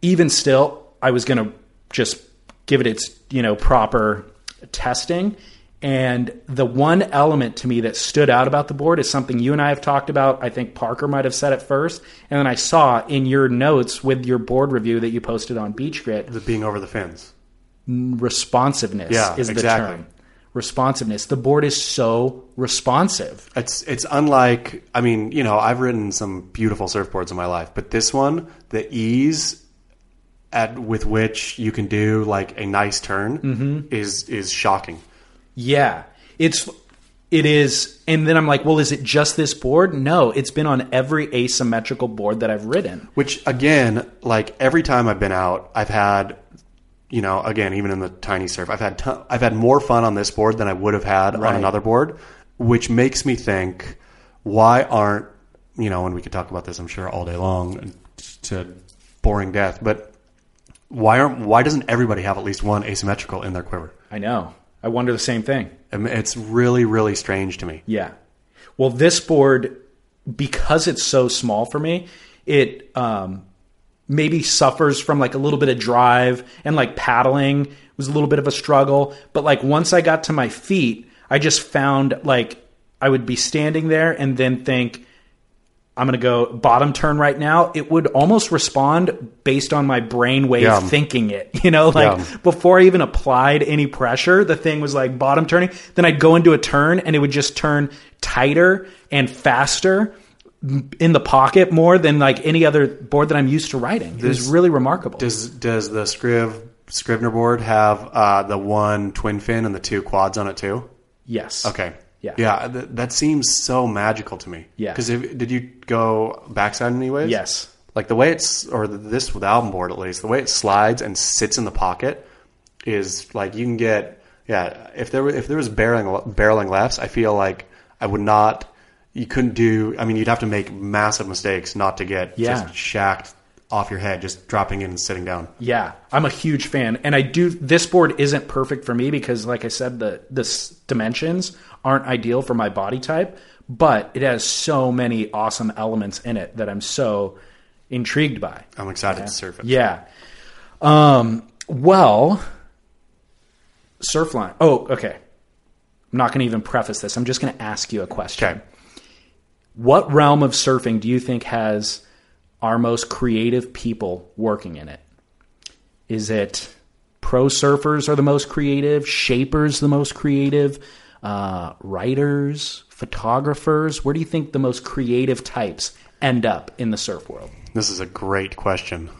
even still i was going to just give it its you know proper testing and the one element to me that stood out about the board is something you and I have talked about. I think Parker might have said it first, and then I saw in your notes with your board review that you posted on Beach Grit,
The being over the fins.
responsiveness
Yeah,
is the
exactly.
term. Responsiveness. The board is so responsive.
It's it's unlike I mean, you know, I've ridden some beautiful surfboards in my life, but this one, the ease at with which you can do like a nice turn is is shocking.
Yeah. It's it is and then I'm like, well, is it just this board? No, it's been on every asymmetrical board that I've ridden.
Which again, like every time I've been out, I've had you know, again, even in the tiny surf, I've had ton- I've had more fun on this board than I would have had on
Right.
another board, which makes me think why aren't you know, and we could talk about this I'm sure all day long to boring death, but why aren't why doesn't everybody have at least one asymmetrical in their quiver?
I know. I wonder the same thing.
I mean, It's really really strange to me.
Yeah. Well, this board because it's so small for me, it um maybe suffers from like a little bit of drive and like paddling was a little bit of a struggle, but like once I got to my feet, I just found like I would be standing there and then think I'm going to go bottom turn right now, it would almost respond based on my brainwave
Yeah.
thinking it. You know, like
Yeah.
before I even applied any pressure, the thing was like bottom turning. Then I'd go into a turn and it would just turn tighter and faster in the pocket more than like any other board that I'm used to riding. It was really remarkable.
Does does the Scriv Scrivener board have uh, the one twin fin and the two quads on it too?
yes.
Okay.
Yeah.
Yeah. Th- that seems so magical to me.
Yeah.
Because did you go backside in any ways?
Yes.
Like the way it's, or th- this with album board at least, the way it slides and sits in the pocket is like you can get. Yeah. If there were, if there was barreling barreling lefts, I feel like I would not. You couldn't do. I mean, you'd have to make massive mistakes not to get
Yeah.
just shacked off your head, just dropping in and sitting down.
Yeah, I'm a huge fan, and I do. This board isn't perfect for me because, like I said, the the s- dimensions aren't ideal for my body type. But it has so many awesome elements in it that I'm so intrigued by.
I'm excited to surf it.
Yeah. Um. Well, Surfline. Oh, okay. I'm not going to even preface this. I'm just going to ask you a question.
Okay.
What realm of surfing do you think has our most creative people working in it? Is it pro surfers are the most creative, shapers the most creative, uh, writers, photographers? Where do you think the most creative types end up in the surf world?
This is a great question.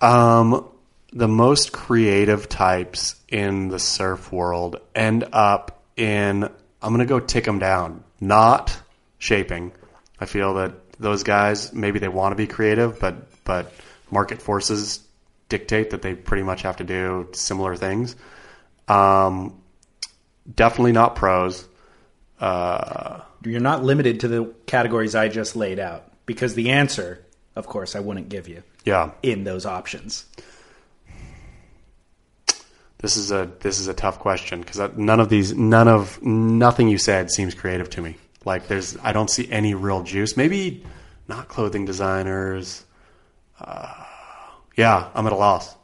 Um, the most creative types in the surf world end up in. I'm going to go tick them down, not shaping. I feel that those guys maybe they want to be creative, but but market forces dictate that they pretty much have to do similar things. Um, definitely not pros.
You're not limited to the categories I just laid out because the answer, of course, I wouldn't give you
Yeah,
in those options.
this is a this is a tough question because none of these none of nothing you said seems creative to me like there's i don't see any real juice maybe not clothing designers uh, yeah i'm at a loss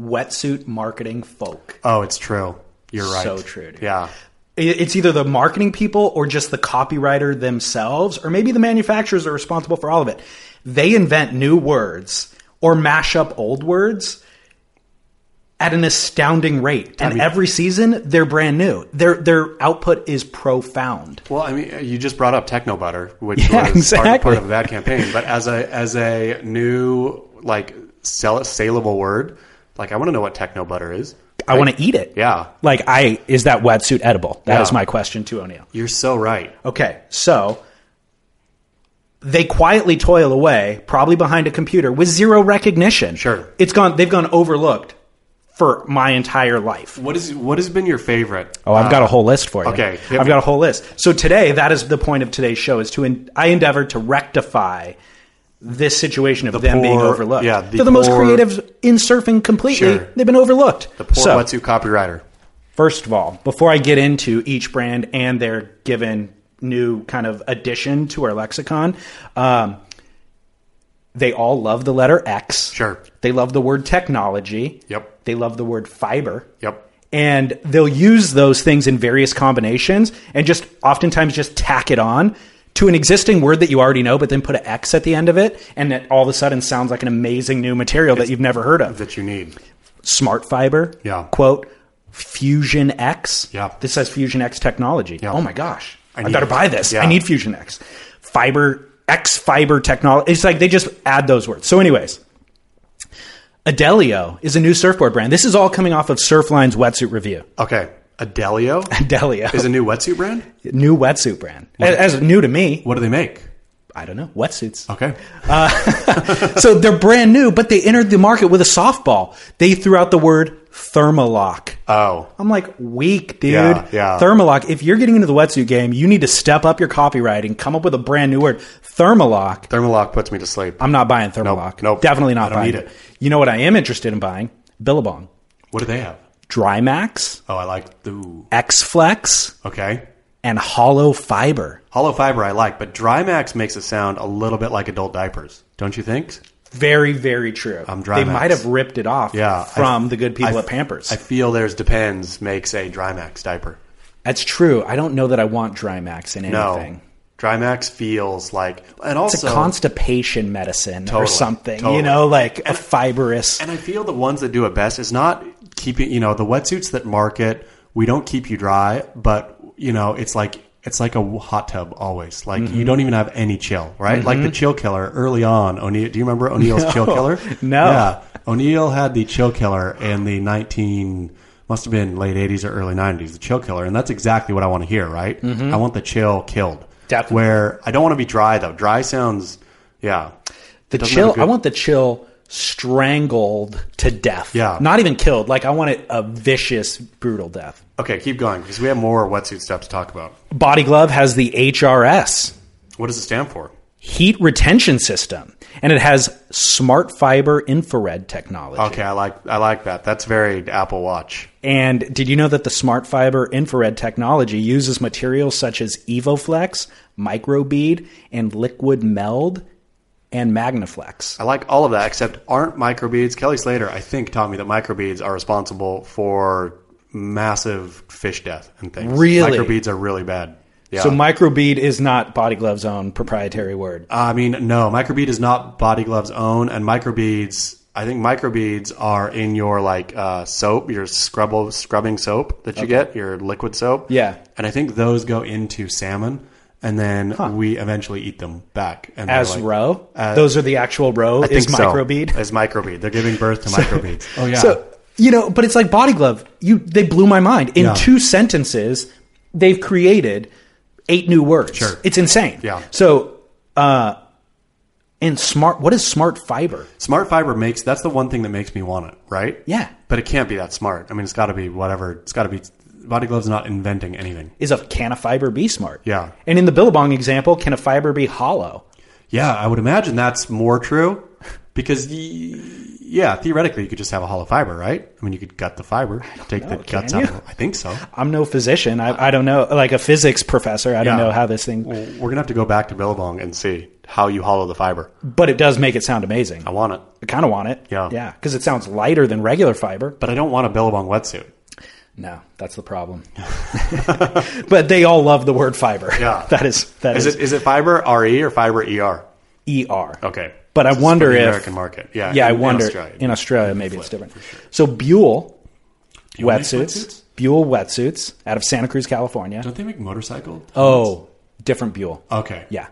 Wetsuit marketing folk.
oh it's true you're right
So true, dude.
yeah
It- It's either the marketing people or just the copywriter themselves, or maybe the manufacturers are responsible for all of it. They invent new words or mash up old words at an astounding rate. And
mean-
every season, they're brand new. Their their output is profound.
Well, I mean, you just brought up Techno Butter, which
Yeah,
was part,
exactly.
part of that campaign. But as a as a new like sell, saleable word, like I want to know what Techno Butter is.
I want to eat it.
Yeah,
Like I is that wetsuit edible? That is
Yeah.
my question to O'Neill.
you're so right.
Okay, so they quietly toil away, probably behind a computer with zero recognition.
Sure.
it's gone. They've gone overlooked for my entire life.
What is what has been your favorite?
Oh, I've got a whole list for you.
okay, hit
I've
me.
got a whole list. So today, that is the point of today's show: is to en- I endeavored to rectify this situation of them being
poor-
overlooked.
yeah, the
They're the most
poor-
creatives in surfing completely.
Sure.
They've been overlooked.
The poor
So-
wetsuit copywriter.
First of all, before I get into each brand and their given new kind of addition to our lexicon, um, they all love the letter X.
Sure.
They love the word technology.
Yep.
They love the word fiber.
Yep.
And they'll use those things in various combinations and just oftentimes just tack it on to an existing word that you already know, but then put an X at the end of it. And it all of a sudden sounds like an amazing new material that you've never heard of
that you need.
smart fiber.
Yeah.
Quote Fusion X.
Yeah.
This says Fusion X technology.
Yeah.
Oh my gosh. I,
need
better
it.
buy this. I
Yeah.
need Fusion X. Fiber X fiber technology. It's like they just add those words. So anyways, Adelio is a new surfboard brand. This is all coming off of Surfline's wetsuit review.
Okay, Adelio
Adelio
is a new wetsuit brand.
new wetsuit brand. As, as new to me,
What do they make?
I don't know, wetsuits.
Okay,
so they're brand new, but they entered the market with a softball. They threw out the word thermalock.
oh,
I'm like, weak, dude.
Yeah, yeah.
Thermalock, if you're getting into the wetsuit game, you need to step up your copywriting, come up with a brand new word. Thermalock.
Thermalock puts me to sleep.
I'm not buying Thermalock.
nope.
Definitely not
I don't
buying
need
it.
it.
You know what I am interested in buying? Billabong.
What do they have?
Drymax,
Oh, I like the ooh.
X Flex,
okay.
and Hollow Fiber.
Hollow fiber I like, but Drymax makes it sound a little bit like adult diapers, don't you think?
Very, very true.
Um,
they
Drymax.
might have ripped it off
Yeah, I-
from the good people
I-
at Pampers.
I feel there's Depends makes a Drymax diaper.
That's true. I don't know that I want Drymax in
No,
anything.
Drymax feels like, and also
It's a constipation medicine or
Totally,
something, you
totally.
know, like a fibrous.
And I feel the ones that do it best is not keeping, you know, the wetsuits that market, we don't keep you dry, but you know, it's like it's like a hot tub always. Like
Mm-hmm.
you don't even have any chill, right? Like the chill killer early on. O'Neill, do you remember O'Neill's chill killer?
No.
Yeah. O'Neill had the chill killer in the 19 must have been late 80s or early 90s, the chill killer, and that's exactly what I want to hear, right? I want the chill killed.
Mm-hmm. Definitely.
Where I don't want to be dry though. Dry sounds yeah.
The
Doesn't
chill.
have a good-
I want the chill strangled to death.
Yeah.
Not even killed. Like I want it a vicious, brutal death.
Okay, keep going because we have more wetsuit stuff to talk about.
Body Glove has the HRS
What does it stand for?
heat retention system, and it has smart fiber infrared technology.
Okay, I like I like that. That's very Apple Watch.
And did you know that the smart fiber infrared technology uses materials such as EvoFlex, microbead, and liquid meld, and Magnaflex?
I like all of that except aren't microbeads. Kelly Slater, I think, taught me that microbeads are responsible for massive fish death and things.
Really?
microbeads are really bad. Yeah.
So microbead is not Body Glove's own proprietary word.
I mean, no, microbead is not Body Glove's own, and microbeads. I think microbeads are in your like uh, soap, your scrub scrubbing soap that you get, your liquid soap.
Yeah.
and I think those go into salmon, and then we eventually eat them back. And they're
as
like-
row. Those are the actual row
I
is
think so.
microbead.
Is microbead? They're giving birth to microbeads. Oh yeah.
So you know, but it's like body glove. You they blew my mind in
Yeah.
two sentences. They've created eight new words.
Sure.
it's insane.
Yeah.
So, uh, and smart. What is smart fiber?
smart fiber makes that's the one thing that makes me want it, right?
Yeah,
But it can't be that smart. I mean, it's got to be whatever. It's got to be. Body glove's not inventing anything.
is a can a fiber be smart?
Yeah.
And in the Billabong example, can a fiber be hollow?
Yeah, I would imagine that's more true because, y- yeah, theoretically you could just have a hollow fiber, right? I mean, you could gut the fiber, take the
know,
guts
can
out.
you?
of it. I think so.
I'm no physician. I, I don't know. Like a physics professor, I don't
Yeah.
know how this thing.
Well, we're gonna have to go back to Billabong and see how you hollow the fiber.
But it does make it sound amazing.
I want it,
I kind of want it.
Yeah.
Yeah, because it sounds lighter than regular fiber.
but I don't want a Billabong wetsuit.
No, that's the problem. but they all love the word fiber.
Yeah.
that is that
Is
is,
it is it E fiber re or fiber er?
E R.
Okay.
But I
This is
wonder
for the
if-
American market. Yeah.
Yeah, I
in- in
wonder
Australia.
in Australia maybe it's different. So Buell
makes
wetsuits,
wetsuits?
Buell wetsuits out of Santa Cruz, California.
Don't they make motorcycle?
Oh, different Buell.
Okay.
Yeah.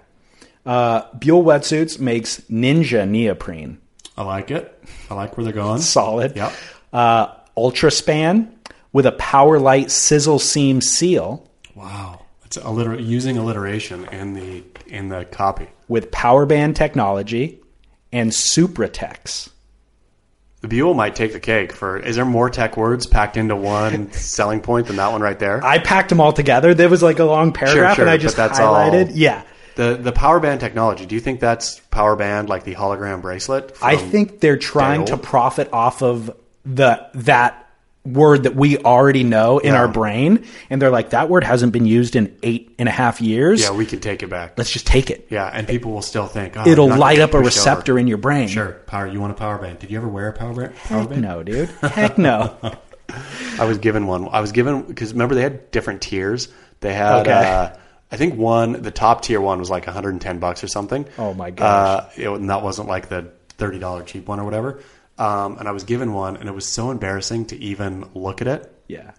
Uh, Buell wetsuits makes Ninja neoprene.
I like it. I like where they're going.
Solid.
Yep.
Uh, Ultra span with a power light sizzle seam seal
Wow. It's alliter- using alliteration in the in the copy.
with power band technology and Supratex.
The Buell might take the cake for. Is there more tech words packed into one selling point than that one right there?
I packed them all together. There was like a long paragraph
sure,
and I
but
just
that's all-
highlighted. Yeah.
the the power band technology. Do you think that's power band like the hologram bracelet?
I
from-
think they're trying to
Dale.
profit off of the that word that we already know in our brain, and they're like, that word hasn't been used in eight and a half years.
Yeah, we can take it back.
Let's just take it.
Yeah, and people will still think oh,
It'll
you're not
light
gonna
up a
push over.
receptor in your brain.
Sure, power. You want a power band? Did you ever wear a power band? Power
Heck
band?
no, dude. Heck no.
I was given one. I was given because remember they had different tiers. They had.
Okay.
Uh, I think one, the top tier one was like 110 bucks or something.
Oh my gosh.
Uh, it, and that wasn't like the $30 cheap one or whatever. Um, and I was given one, and it was so embarrassing to even look at it
yeah.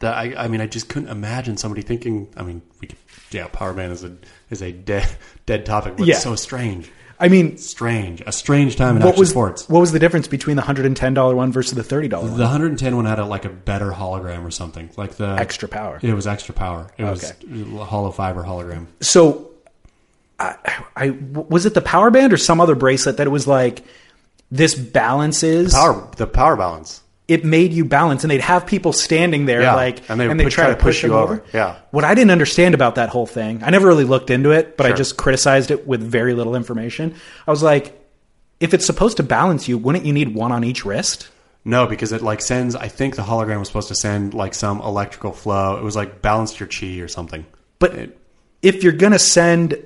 that I, I mean, I just couldn't imagine somebody thinking. I mean, we could, yeah, power band is a is a dead dead topic, but
Yeah.
it's so strange,
I mean,
strange, a strange time in
what
action
was
sports.
what was the difference between the hundred and ten dollar one versus the thirty dollar one?
The 110 one had a, like a better hologram or something, like the
Extra power.
It was extra power. It was hollow fiber hologram.
So, I, I was it the power band or some other bracelet that it was like this balances
Power the power balance.
it made you balance and they'd have people standing there
Yeah,
like
and
and
they
they,
would
try, to push,
you
them over.
over. Yeah.
what i didn't understand about that whole thing i never really looked into it but i
Sure.
just criticized it with very little information i was like if it's supposed to balance you wouldn't you need one on each wrist
No, because it like sends. I think the hologram was supposed to send like some electrical flow. It was like balanced your chi or something.
but if you're going to send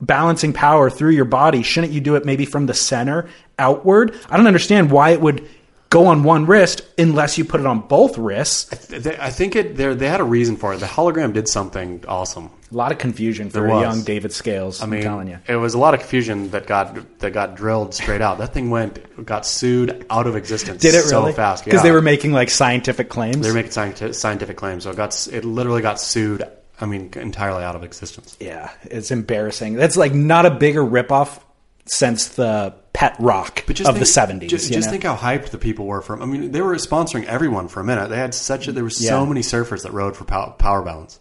balancing power through your body shouldn't you do it maybe from the center outward i don't understand why it would go on one wrist unless you put it on both wrists a
Th- They, I think it. They they had a reason for it. The hologram did something awesome.
lot of confusion for
was.
a young david scales i'm
I mean,
telling you
it was a lot of confusion that got that got drilled straight out. That thing went got sued out of existence.
Did it
so
really?
fast?
Because
yeah.
they were making like scientific claims.
They're making scientific, scientific claims, so it got s- it literally got sued. I mean, entirely out of existence.
yeah, it's embarrassing. That's like not a bigger ripoff since the Pet Rock
But
of the seventies.
Just, just think how hyped the people were from. I mean, they were sponsoring everyone for a minute. They had such a, there were so
Yeah.
many surfers that rode for pow- Power Balance.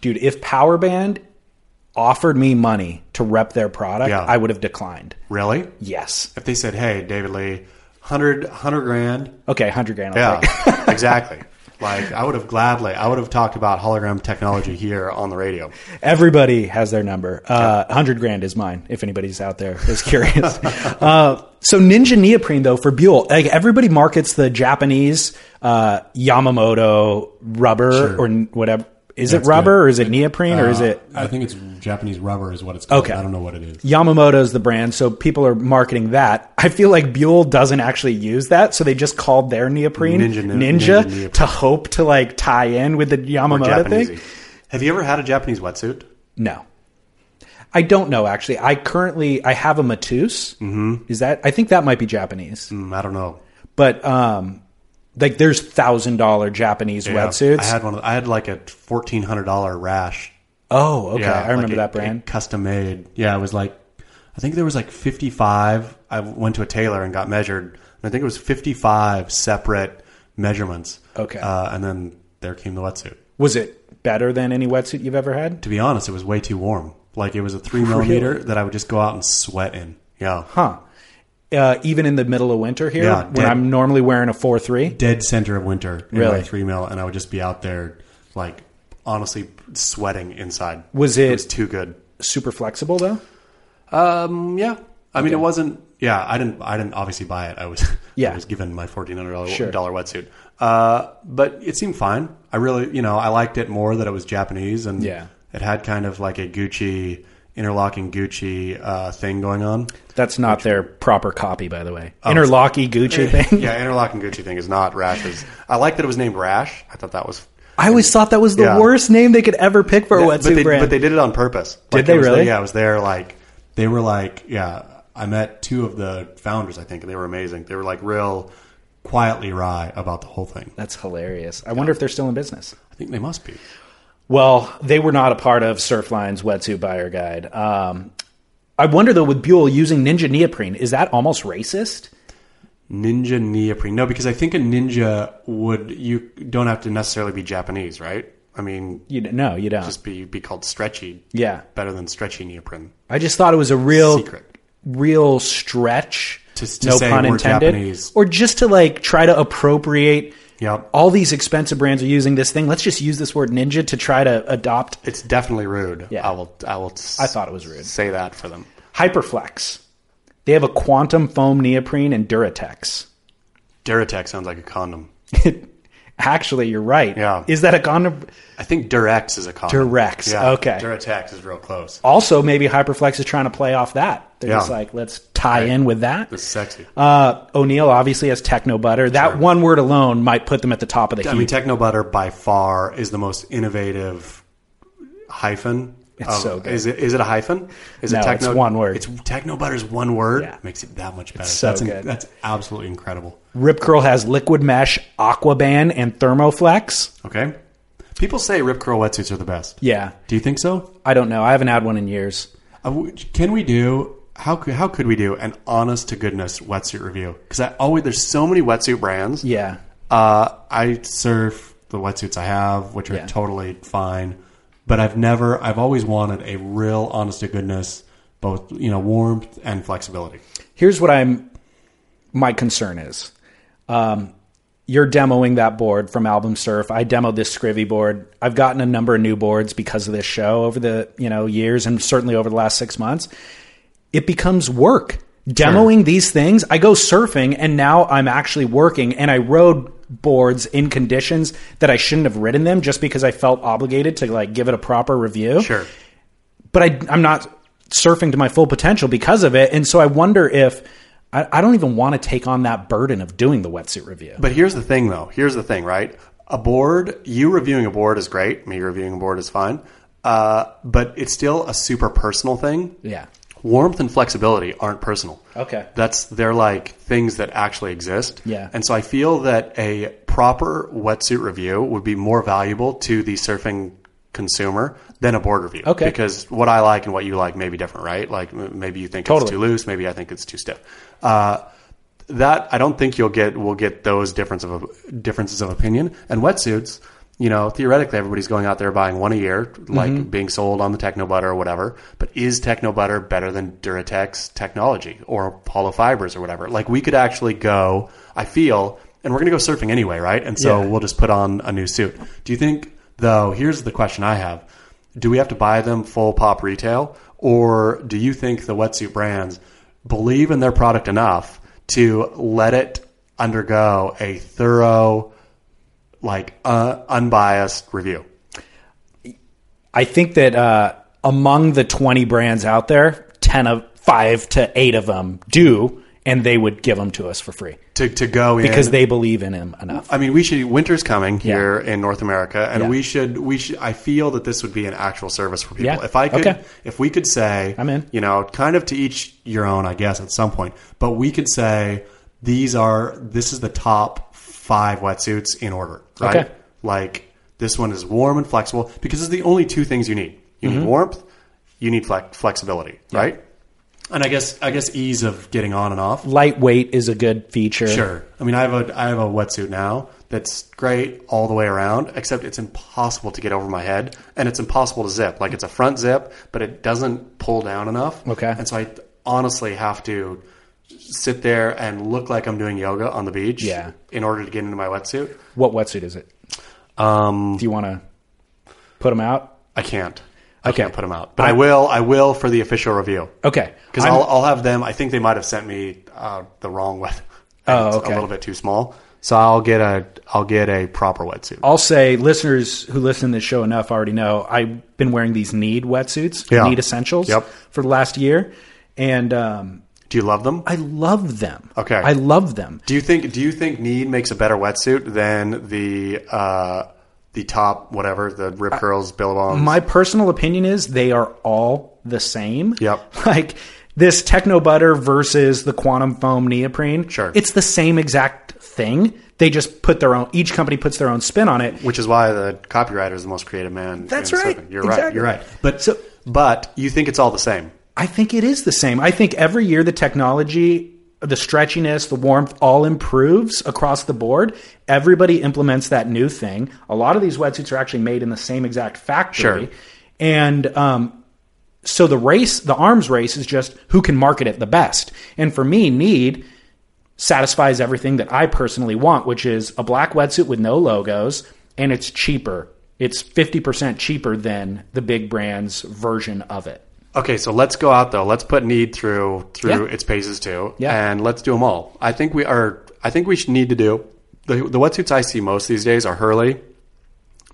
dude, if Power Band offered me money to rep their product,
Yeah.
I would have declined.
Really?
Yes.
If they said, "Hey, David Lee, 100, 100 grand,"
Okay, hundred grand. I'll
yeah,
take.
exactly. Like I would have gladly, I would have talked about hologram technology here on the radio.
Everybody has their number. Uh, 100 grand is mine, if anybody's out there is curious. uh, so, Ninja Neoprene, though, for Buell, like everybody markets the Japanese uh, Yamamoto rubber or n- whatever. Is it
That's
rubber
good. Uh,
or is it neoprene or is it
I think it's Japanese rubber is what it's called.
Okay. I don't know
what it is.
Yamamoto's the brand, so people are marketing that. I feel like Buell doesn't actually use that, so they just called their neoprene
Ninja
Ninja,
ne- Ninja neoprene.
to hope to like tie in with the Yamamoto thing.
Have you ever had a Japanese wetsuit?
No. I don't know actually. I currently I have a Matus. Mm-hmm. Is that I think that might be Japanese.
Mm, I don't know.
But um like there's thousand dollar Japanese
Yeah.
wetsuits.
I had one. Of, I had like a fourteen hundred dollar rash.
oh, okay.
Yeah,
I remember
like a-
that brand.
a custom made. Yeah, it was like I think there was like fifty five. I went to a tailor and got measured, and I think it was fifty five separate measurements.
Okay.
uh, and then there came the wetsuit.
Was it better than any wetsuit you've ever had?
To be honest, it was way too warm. Like it was a three millimeter that I would just go out and sweat in. Yeah,
Huh. Uh, even in the middle of winter here,
Yeah,
when
dead-
I'm normally wearing a four three.
dead center of winter in my
Really?
three mil, and I would just be out there like honestly sweating inside.
Was
it
it-
was too good?
Super flexible though.
Um, yeah. I mean, it wasn't. Yeah, I didn't. I didn't obviously buy it. I was. I
Yeah.
was given my fourteen hundred dollar
Sure.
wetsuit. Uh, but it seemed fine. I really, you know, I liked it more that it was Japanese and
Yeah.
it had kind of like a Gucci interlocking Gucci uh, thing going on.
That's not their proper copy, by the way. Interlocky Gucci thing.
Oh. yeah, interlocking Gucci thing is not Rash's. I like that it was named Rash. I thought that was.
I always thought that was the
Yeah.
worst name they could ever pick for a
but
wetsuit
they,
brand.
But they did it on purpose. Like,
they
it was
really?
yeah, it was their like They were like, yeah, I met two of the founders, I think, and they were amazing. They were like real quietly wry about the whole thing.
That's hilarious. I wonder if they're still in business.
I think they must be.
Well, they were not a part of Surfline's wetsuit buyer guide. Um, I wonder though, with Buell using ninja neoprene, is that almost racist?
Ninja neoprene. No, because I think a ninja would you don't have to necessarily be Japanese, right? I mean,
You d- no, you don't.
just be be called stretchy.
yeah,
Better than stretchy neoprene.
I just thought it was a real,
Secret.
real stretch.
To- to say we're Japanese.
or just to like try to appropriate.
Yep.
All these expensive brands are using this thing. Let's just use this word ninja to try to adopt.
It's definitely rude.
Yeah.
I will. I will. s-
I thought it was rude.
say that for them.
Hyperflex. They have a quantum foam neoprene and Duratex.
Duratec sounds like a condom.
Actually, you're right.
Yeah.
Is that a condom?
I think Durex is a condom.
Durex, okay.
Duratec is real close.
Also, maybe Hyperflex is trying to play off that. They're
Yeah.
just like, let's tie in with that.
It's sexy.
Uh, O'Neill obviously has techno butter. That one word alone might put them at the top of the
I
heap.
mean, Techno Butter by far is the most innovative hyphen. It's
so good.
Is it, is it a hyphen? Is
No,
it techno?
it's one word.
It's Techno Butter's one word.
Yeah.
Makes it that much better.
so
that's in-
good.
that's absolutely incredible.
Rip Curl has liquid mesh, Aquaban, and Thermoflex.
Okay. People say Rip Curl wetsuits are the best.
Yeah,
Do you think so?
I don't know. I haven't had one in years.
Uh, w- Can we do how could how could we do an honest to goodness wetsuit review? Because I always there's so many wetsuit brands.
Yeah,
Uh, I surf the wetsuits I have, which are
Yeah.
totally fine, but I've never I've always wanted a real honest to goodness, both you know warmth and flexibility.
here's what I'm. My concern is, um, you're demoing that board from Album Surf. I demoed this Scrivy board. I've gotten a number of new boards because of this show over the you know years, and certainly over the last six months. It becomes work demoing these things. I go surfing, and now I'm actually working, and I rode boards in conditions that I shouldn't have ridden them just because I felt obligated to like give it a proper review
Sure.
but I, I'm not surfing to my full potential because of it. And so I wonder if I, I don't even want to take on that burden of doing the wetsuit review.
But here's the thing, though. Here's the thing, right? A board, you reviewing a board is great. Me reviewing a board is fine. Uh, but it's still a super personal thing.
yeah.
warmth and flexibility aren't personal.
Okay.
That's they're like things that actually exist.
Yeah.
And so I feel that a proper wetsuit review would be more valuable to the surfing consumer than a board review.
Okay.
Because what I like and what you like may be different, right? Like m- maybe you think
Totally.
it's too loose, maybe I think it's too stiff. Uh, that I don't think you'll get will get those difference of differences of opinion and wetsuits. You know, theoretically, everybody's going out there buying one a year, like being sold on the Techno Butter or whatever. But is Techno Butter better than Duratex technology or Apollo Fibers or whatever? Like, we could actually go. I feel, and we're going to go surfing anyway, right? And so
Yeah.
we'll just put on a new suit. Do you think, though? Here's the question I have: Do we have to buy them full pop retail, or do you think the wetsuit brands believe in their product enough to let it undergo a thorough, like uh, unbiased review?
I think that uh, among the 20 brands out there, 10 of five to eight of them do, and they would give them to us for free
To to go in
because they believe in him enough.
I mean, we should. Winter's coming here in North America, and we should. We should. I feel that this would be an actual service for people.
Yeah.
If I could,
Okay.
if we could say,
I'm in.
You know, kind of to each your own, I guess, at some point. But we could say these are. This is the top five wetsuits in order. Right.
Okay.
Like this one is warm and flexible because it's the only two things you need. You
Mm-hmm.
need warmth. You need flex- flexibility. Right. And I guess I guess ease of getting on and off.
Lightweight is a good feature.
Sure. I mean, I have a I have a wetsuit now that's great all the way around, except it's impossible to get over my head, and it's impossible to zip. Like it's a front zip, but it doesn't pull down enough.
Okay.
And so I honestly have to sit there and look like I'm doing yoga on the beach.
Yeah.
In order to get into my wetsuit,
What wetsuit is it?
um,
Do you want to put them out?
I can't. I
Okay.
can't put them out, but I, will. I will for the official review
Okay.
because
I'm-
I'll, I'll have them. I think they might have sent me uh, the wrong wet.
Oh,
It's
okay.
A little bit too small. So I'll get a I'll get a proper wetsuit.
I'll say listeners who listen to this show enough already know I've been wearing these Need wetsuits,
Yeah.
Need Essentials,
Yep.
for the last year, and um,
Do you love them?
I love them.
Okay.
I love them.
Do you think Do you think Need makes a better wetsuit than the uh, the top whatever the Rip Curls, Billabongs.
My personal opinion is they are all the same.
Yep.
Like this techno butter versus the quantum foam neoprene.
Sure.
It's the same exact thing. They just put their own. Each company puts their own spin on it.
which is why the copywriter is the most creative man.
That's
in
right.
surfing. You're right.
Exactly.
You're right. But
So-
but you think it's all the same.
I think it is the same. I think every year the technology, the stretchiness, the warmth all improves across the board. Everybody implements that new thing. A lot of these wetsuits are actually made in the same exact factory.
Sure.
And um, so the race, the arms race is just who can market it the best. And for me, need satisfies everything that I personally want, which is a black wetsuit with no logos and it's cheaper. It's 50% cheaper than the big brand's version of it.
Okay, so let's go out though. Let's put need through through
Yeah.
its paces too,
Yeah.
and let's do them all. I think we are. I think we should need to do the the wetsuits I see most these days are Hurley,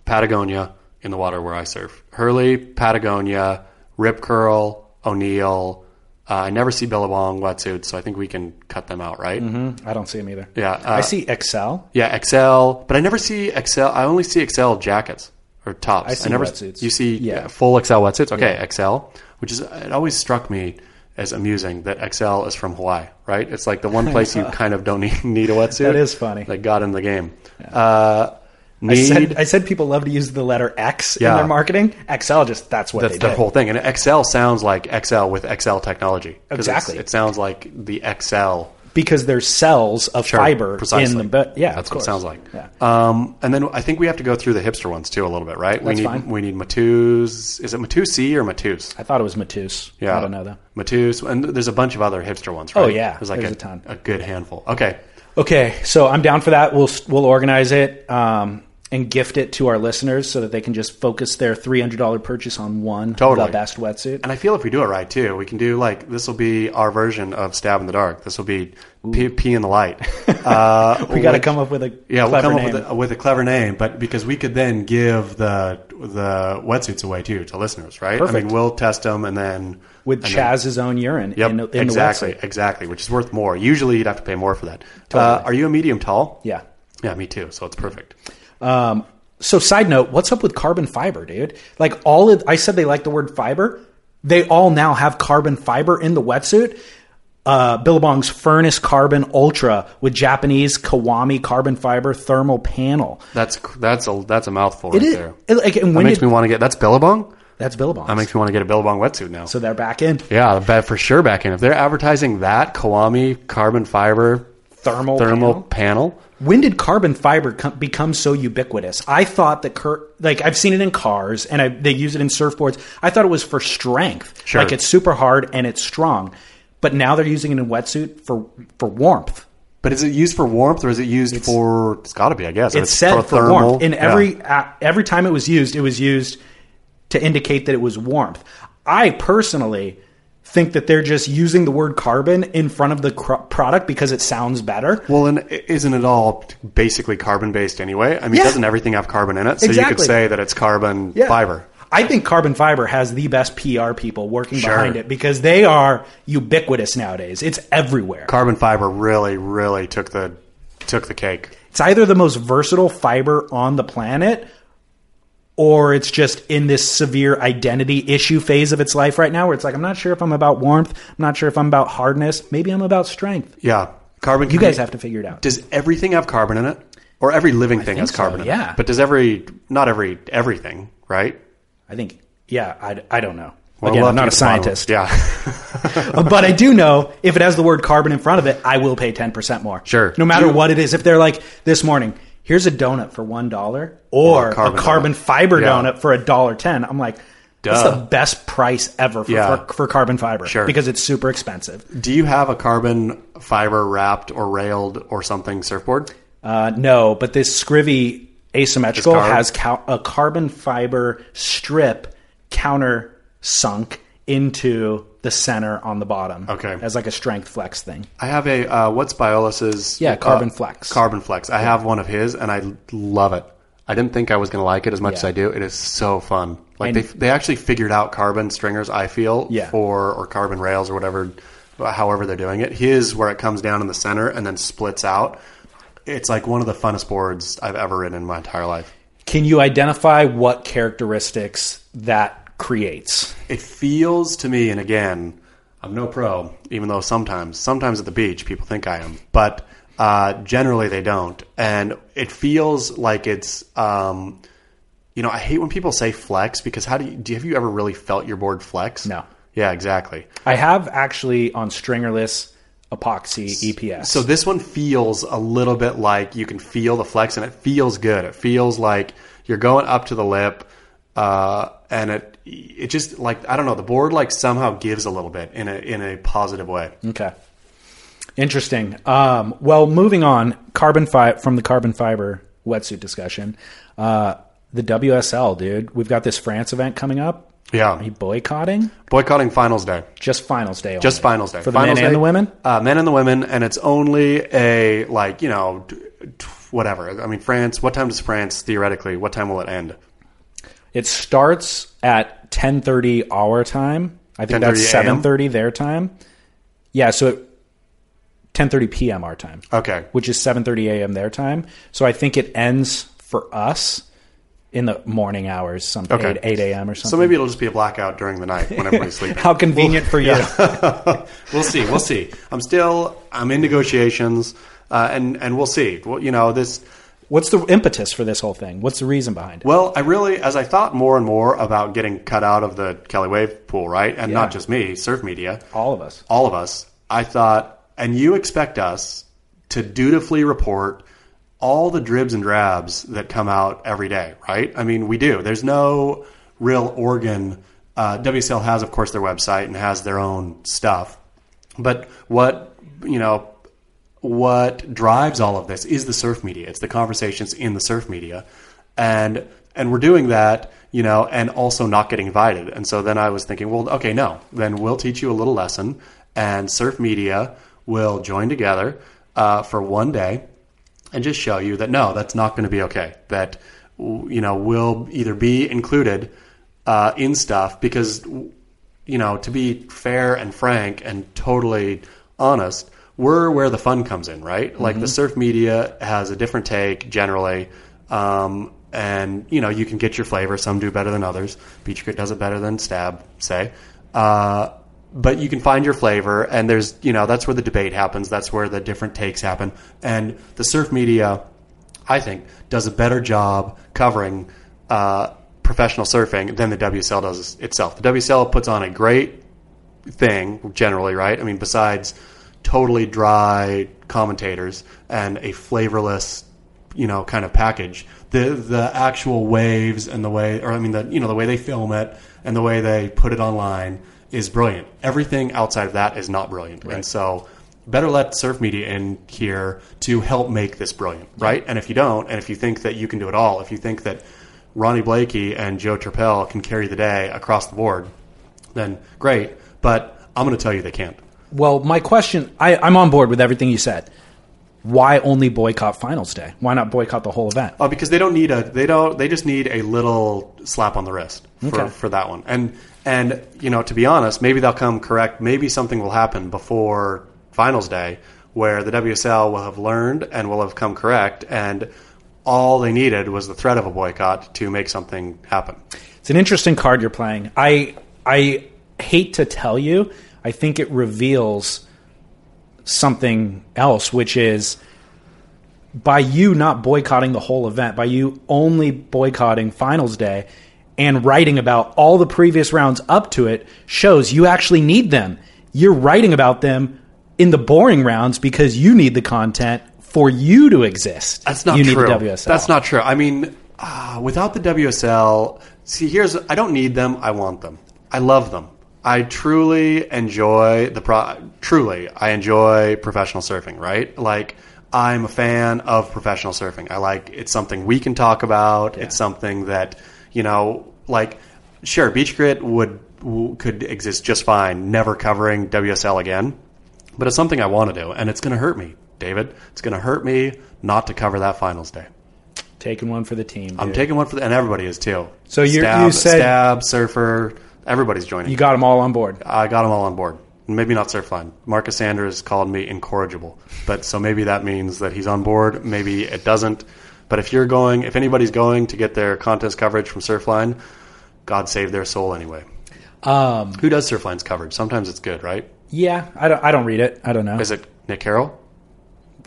Patagonia in the water where I surf. Hurley, Patagonia, Rip Curl, O'Neill. Uh, I never see Billabong wetsuits, so I think we can cut them out, right?
I don't see them either.
Yeah,
Mm-hmm. I
uh,
see Excel.
Yeah, XL, but I never see XL. I only see XL jackets or tops. I,
see
never
wetsuits.
You see
Yeah.
full XL wetsuits. Okay, XL, which is it always struck me as amusing that XL is from Hawaii, right? It's like the one place you kind of don't need, need a wetsuit.
That is funny.
That got in the game. Uh,
I
need
said, I said people love to use the letter X
Yeah.
in their marketing. Excel just that's what
that's
they
the
did.
whole thing, and XL sounds like XL with XL technology. 'Cause it's-
Exactly.
it sounds like the XL
because there's cells of fiber in
precisely.
the but yeah, of
That's what it
course.
sounds like.
Yeah.
Um, and then I think we have to go through the hipster ones too a little bit, right? we
That's
need
fine.
we need Matus. Is it Matus C or Matus?
I thought it was Matus.
Yeah,
I don't know though.
Matus, and there's a bunch of other hipster ones. Right?
Oh, yeah.
there's like
There's a ton.
a good handful. Okay,
Okay, so I'm down for that. We'll we'll organize it um, and gift it to our listeners so that they can just focus their three hundred dollar purchase on one
Totally.
the best wetsuit.
and I feel if we do it right too, we can do like this will be our version of stab in the dark. This will be pee, pee in the light. Uh,
We got to
which-
come up with a
Yeah, we'll
clever
come
name.
up with a, with a clever name, but because we could then give the the wetsuits away too to listeners, right? I
Perfect.
mean, we'll test them and then
with
and then-
Chaz's own urine.
Yep,
in, the- in the
exactly,
wetsuit.
exactly, which is worth more. Usually, you'd have to pay more for that. Uh,
Totally.
are you a medium tall?
Yeah.
yeah, me too. So it's perfect.
Um, so side note, what's up with carbon fiber, dude? Like all of, I said they like the word fiber. They all now have carbon fiber in the wetsuit. Uh, Billabong's Furnace Carbon Ultra with Japanese Kawami carbon fiber thermal panel.
That's that's a that's a mouthful
It
right
is,
there.
it- like, and
That
when
makes
did,
me want to get that's Billabong.
that's Billabong's.
That makes me want to get a Billabong wetsuit now.
so they're back in
yeah, I bet for sure. Back in if they're advertising that Koami carbon fiber
thermal.
thermal
panel.
panel
When did carbon fiber com- become so ubiquitous? I thought that cur- like I've seen it in cars and I, they use it in surfboards. I thought it was for strength,
Sure.
like it's super hard and it's strong. But now they're using it in wetsuit for for warmth.
But is it used for warmth or is it used for? It's got to be, I guess.
It's said for, warmth. In every uh, every time it was used, it was used to indicate that it was warmth. I personally think that they're just using the word carbon in front of the cr- product because it sounds better.
Well, and i- isn't it all basically carbon based anyway? I mean,
Yeah.
doesn't everything have carbon in it? So you could
Exactly.
say that it's carbon
Yeah.
fiber.
I think Carbon Fiber has the best PR people working
Sure.
behind it because they are ubiquitous nowadays. It's everywhere.
Carbon fiber really, really took the took the cake.
it's either the most versatile fiber on the planet or it's just in this severe identity issue phase of its life right now where it's like I'm not sure if I'm about warmth, I'm not sure if I'm about hardness, maybe I'm about strength.
Yeah, carbon.
You guys have to figure it out.
Does everything have carbon in it, or every living thing has
so,
carbon? in it.
yeah.
But does every not every everything right?
I think yeah, I, I don't know.
Well,
Again,
we'll
I'm
have
not a
to get to the bottom of
scientist,
it. Yeah.
Uh, but I do know if it has the word carbon in front of it, I will pay 10% more.
Sure.
No matter what it is. If they're like this morning, here's a donut for $1 or,
Or a carbon
a carbon
donut.
fiber
Yeah.
donut for $1.10, I'm like, that's
Duh.
the best price ever for,
Yeah.
for, for carbon fiber
Sure.
because it's super expensive.
Do you have a carbon fiber wrapped or railed or something surfboard?
Uh, no, but this Scrivy asymmetrical
This car-
has cou- a carbon fiber strip counter sunk into the center on the bottom.
Okay.
As like a strength flex thing.
I have a uh, what's Biolis's?
Yeah, Carbon
uh,
Flex.
Carbon Flex. I have one of his, and I love it. I didn't think I was going to like it as much as I do. It is so fun. Like
And-
they they actually figured out carbon stringers. I feel
Yeah.
for or carbon rails or whatever, uh, however they're doing it. His where it comes down in the center and then splits out. It's like one of the funnest boards I've ever ridden in my entire life.
Can you identify what characteristics that creates?
It feels to me, and again, I'm no pro, even though sometimes, sometimes at the beach, people think I am, but uh, generally they don't. And it feels like it's, um, you know, I hate when people say flex because how do you, do you- have you ever really felt your board flex?
No.
Yeah, exactly.
I have actually on stringerless epoxy E EPS.
So this one feels a little bit like you can feel the flex, and it feels good. It feels like you're going up to the lip, uh, and it it just like I don't know the board like somehow gives a little bit in a in a positive way.
Okay. Interesting. Um, well, moving on, carbon fi- from the carbon fiber wetsuit discussion, uh, the WSL, dude. We've got this France event coming up. Are
Yeah,
you boycotting?
boycotting finals day.
Just finals day.
Just finals day
For the
finals
men and
day,
the women?
uh, men and the women, and it's only a like you know t- t- whatever. I mean, France. What time does France theoretically? What time will it end?
It starts at 10:30 our time. I think
10:30
that's
a.m.?
7:30 their time. Yeah, so it, 10:30 p.m. our time,
Okay,
which is 7:30 a.m. their time. So I think it ends for us in the morning hours, some
Okay.
8, 8 a.m. or something.
so maybe it'll just be a blackout during the night when everybody's sleeping.
How convenient for you.
we'll see. We'll see. I'm still. I'm in negotiations, uh, and and we'll see. Well, you know this.
What's the impetus for this whole thing? What's the reason behind it?
Well, I really, as I thought more and more about getting cut out of the Kelly Wave pool, right, and
Yeah.
not just me, surf media,
All of us.
all of us. I thought, and you expect us to dutifully report all the dribs and drabs that come out every day, right? I mean, we do. There's no real organ. Uh, WCL has, of course, their website and has their own stuff, but what you know what drives all of this is the surf media. It's the conversations in the surf media, and and we're doing that, you know, and also not getting invited. And so then I was thinking, well, okay, no, then we'll teach you a little lesson, and surf media will join together uh, for one day and just show you that no, that's not going to be okay. That w- you know will either be included uh, in stuff because w- you know to be fair and frank and totally honest, we're where the fun comes in, right? Like the surf media has a different take generally. Um, and you know you can get your flavor. Some do better than others. Beach Crit does it better than Stab, say. Uh, but you can find your flavor and there's you know that's where the debate happens that's where the different takes happen and the surf media i think does a better job covering uh, professional surfing than the wcl does itself the wcl puts on a great thing generally, right? I mean, besides totally dry commentators and a flavorless, you know, kind of package, the the actual waves and the way, or I mean, the you know, the way they film it and the way they put it online is brilliant. Everything outside of that is not brilliant, and so better let surf media in here to help make this brilliant, right? And if you don't, and if you think that you can do it all, if you think that Ronnie Blakey and Joe Trappell can carry the day across the board, then great. But I'm going to tell you they can't.
Well, my question I, I'm on board with everything you said. Why only boycott finals day? Why not boycott the whole event?
Uh, because they don't need a they don't they just need a little slap on the wrist for,
Okay.
for that one. And and you know to be honest, maybe they'll come correct. Maybe something will happen before finals day where the WSL will have learned and will have come correct. And all they needed was the threat of a boycott to make something happen.
It's an interesting card you're playing. I I hate to tell you, I think it reveals something else, which is by you not boycotting the whole event, by you only boycotting finals day and writing about all the previous rounds up to it shows you actually need them. You're writing about them in the boring rounds because you need the content for you to exist.
That's not
you
true.
Need the WSL.
That's not true. I mean, ah, without the WSL, see, here's I don't need them. I want them. I love them. I truly enjoy the pro. Truly, I enjoy professional surfing. Right, like. I'm a fan of professional surfing. I like it's something we can talk about. It's something that you know, like sure, Beach Grit would w- could exist just fine, never covering WSL again but it's something I want to do, and it's going to hurt me, David. It's going to hurt me not to cover that finals day.
taking one for the team.
I'm
dude.
taking one for the, and everybody is too.
So you're-
stab,
you said-
stab surfer, everybody's joining.
you got them all on board.
I got them all on board. Maybe not Surfline. Marcus Sanders called me incorrigible, but so maybe that means that he's on board. Maybe it doesn't. But if you're going, if anybody's going to get their contest coverage from Surfline, God save their soul anyway.
Um,
Who does Surfline's coverage? Sometimes it's good, right?
yeah, I don't, I don't read it. I don't know.
Is it Nick Carroll?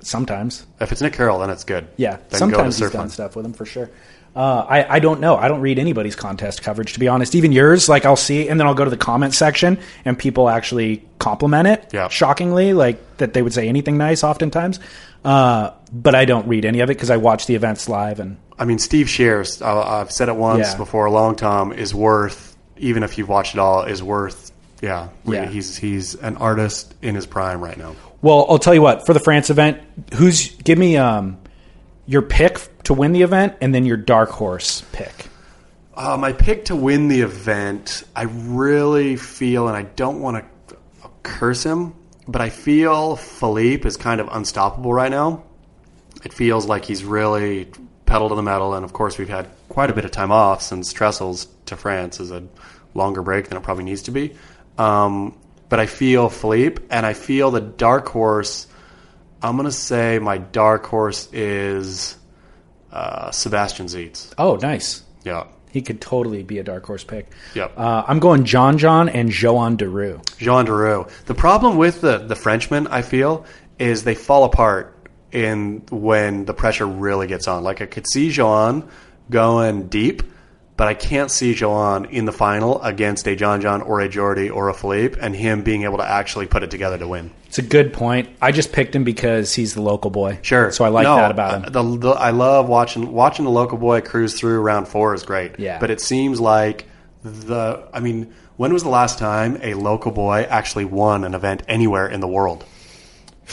Sometimes.
If it's Nick Carroll, then it's good.
Yeah,
Then
sometimes
go
he's
to
done
Surfline.
stuff with them for sure. Uh, I I don't know. I don't read anybody's contest coverage to be honest. Even yours, like I'll see, and then I'll go to the comment section, and people actually compliment it.
Yeah.
shockingly, like that they would say anything nice oftentimes. Uh, but I don't read any of it because I watch the events live, and
I mean, Steve Shears, I- I've said it once
Yeah.
before, a long time, is worth, even if you've watched it all, is worth, yeah.
Yeah.
He's, he's an artist in his prime right now.
well, I'll tell you what for the France event, who's give me um your pick to win the event, and then your dark horse pick.
Uh, my pick to win the event, I really feel, and I don't want to curse him, but I feel Philippe is kind of unstoppable right now. It feels like he's really pedal to the metal, and of course, we've had quite a bit of time off since Trestles to France is a longer break than it probably needs to be. Um, but I feel Philippe, and I feel the dark horse. I'm going to say my dark horse is uh, Sebastian Zietz.
Oh, nice.
Yeah.
He could totally be a dark horse pick.
Yep.
Uh, I'm going John John and Joan Derue.
Jean Derue. The problem with the, the Frenchmen, I feel, is they fall apart in when the pressure really gets on. Like I could see Jean going deep, but I can't see Jean in the final against a John John or a Jordy or a Philippe and him being able to actually put it together to win.
It's a good point. I just picked him because he's the local boy.
Sure.
So I like
No,
that about him.
uh, The, the, I love watching watching the local boy cruise through round four is great.
Yeah.
But it seems like the I mean, when was the last time a local boy actually won an event anywhere in the world?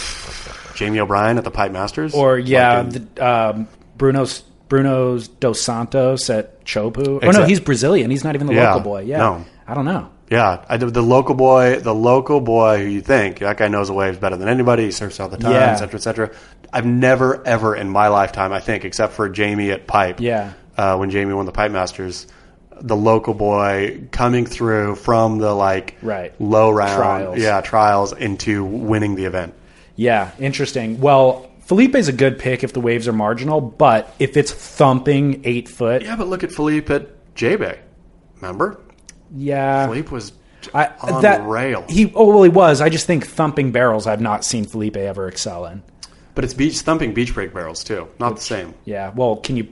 Jamie O'Brien at the Pipe Masters,
or yeah,
Fucking-
the, um, Bruno's Bruno's Dos Santos at Chopu. Oh no,
Exact-
he's Brazilian. He's not even the
Yeah,
local boy. Yeah.
no.
I don't know.
yeah, I, the, the local boy, the local boy who you think that guy knows the waves better than anybody, he surfs all the time,
Yeah.
et cetera, et cetera. I've never ever in my lifetime, I think, except for Jamie at Pipe,
Yeah.
uh, when Jamie won the Pipe Masters, the local boy coming through from the like
Right.
low round,
Trials.
yeah, trials into winning the event.
Yeah, interesting. Well, Felipe's a good pick if the waves are marginal, but if it's thumping eight foot, yeah,
Yeah, but look at Philippe at JBay. Remember, Philippe was
I,
on
that
rail.
He oh well, he was. I just think thumping barrels. I've not seen Felipe ever excel in.
but it's beach thumping beach break barrels too, not the same.
Yeah. Well, can you?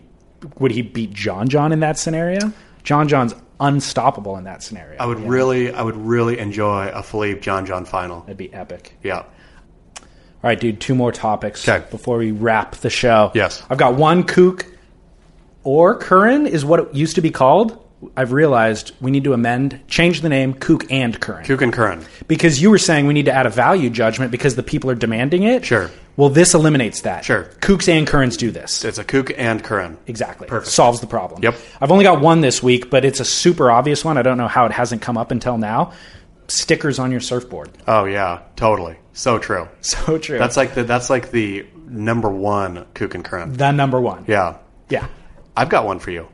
Would he beat John John in that scenario? John John's unstoppable in that scenario.
I would really, I would really enjoy a Philippe John John final.
That'd be epic.
Yeah.
All right, dude. Two more topics
'Kay.
before we wrap the show.
Yes.
I've got one kook or Curran is what it used to be called. I've realized we need to amend, change the name kook and Curran
Duke and Curran.
because you were saying we need to add a value judgment because the people are demanding it.
Sure.
Well, this eliminates that.
Sure.
Kooks and Currans do this.
It's a Kook and Curran.
Exactly.
Perfect.
Solves the problem.
Yep.
I've only got one this week, but it's a super obvious one. I don't know how it hasn't come up until now. Stickers on your surfboard.
Oh yeah, totally. So true.
So true.
That's like the that's like the number one Kook and Curran.
the number one.
Yeah.
Yeah.
I've got one for you,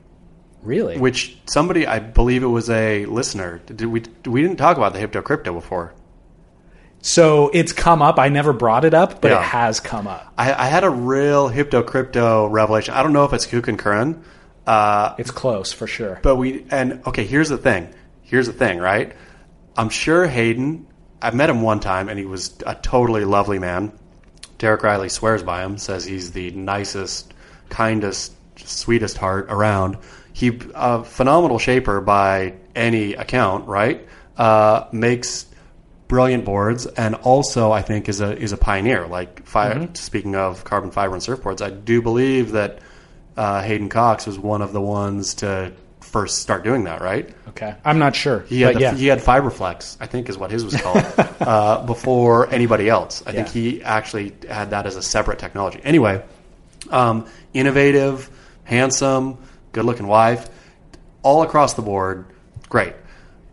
Really?
which somebody, I believe it was a listener. Did we, we didn't talk about the Hypto Crypto before.
so it's come up. I never brought it up, but
Yeah.
it has come up.
I, I had a real Hypto Crypto revelation. I don't know if it's Kook and Curran, uh,
It's close for sure.
but we, and okay, here's the thing. Here's the thing, right? I'm sure Hayden, I met him one time and he was a totally lovely man. Derek Riley swears by him, says he's the nicest, kindest, sweetest heart around. He a phenomenal shaper by any account, right? Uh, makes brilliant boards, and also I think is a is a pioneer. Like fi- speaking of carbon fiber and surfboards, I do believe that uh, Hayden Cox was one of the ones to first start doing that, right?
okay. I'm not sure.
He had,
but
the,
yeah.
he had Fiberflex, I think is what his was called, uh, before anybody else. I think
Yeah.
he actually had that as a separate technology. Anyway, um, innovative, handsome, good looking wife, all across the board, great.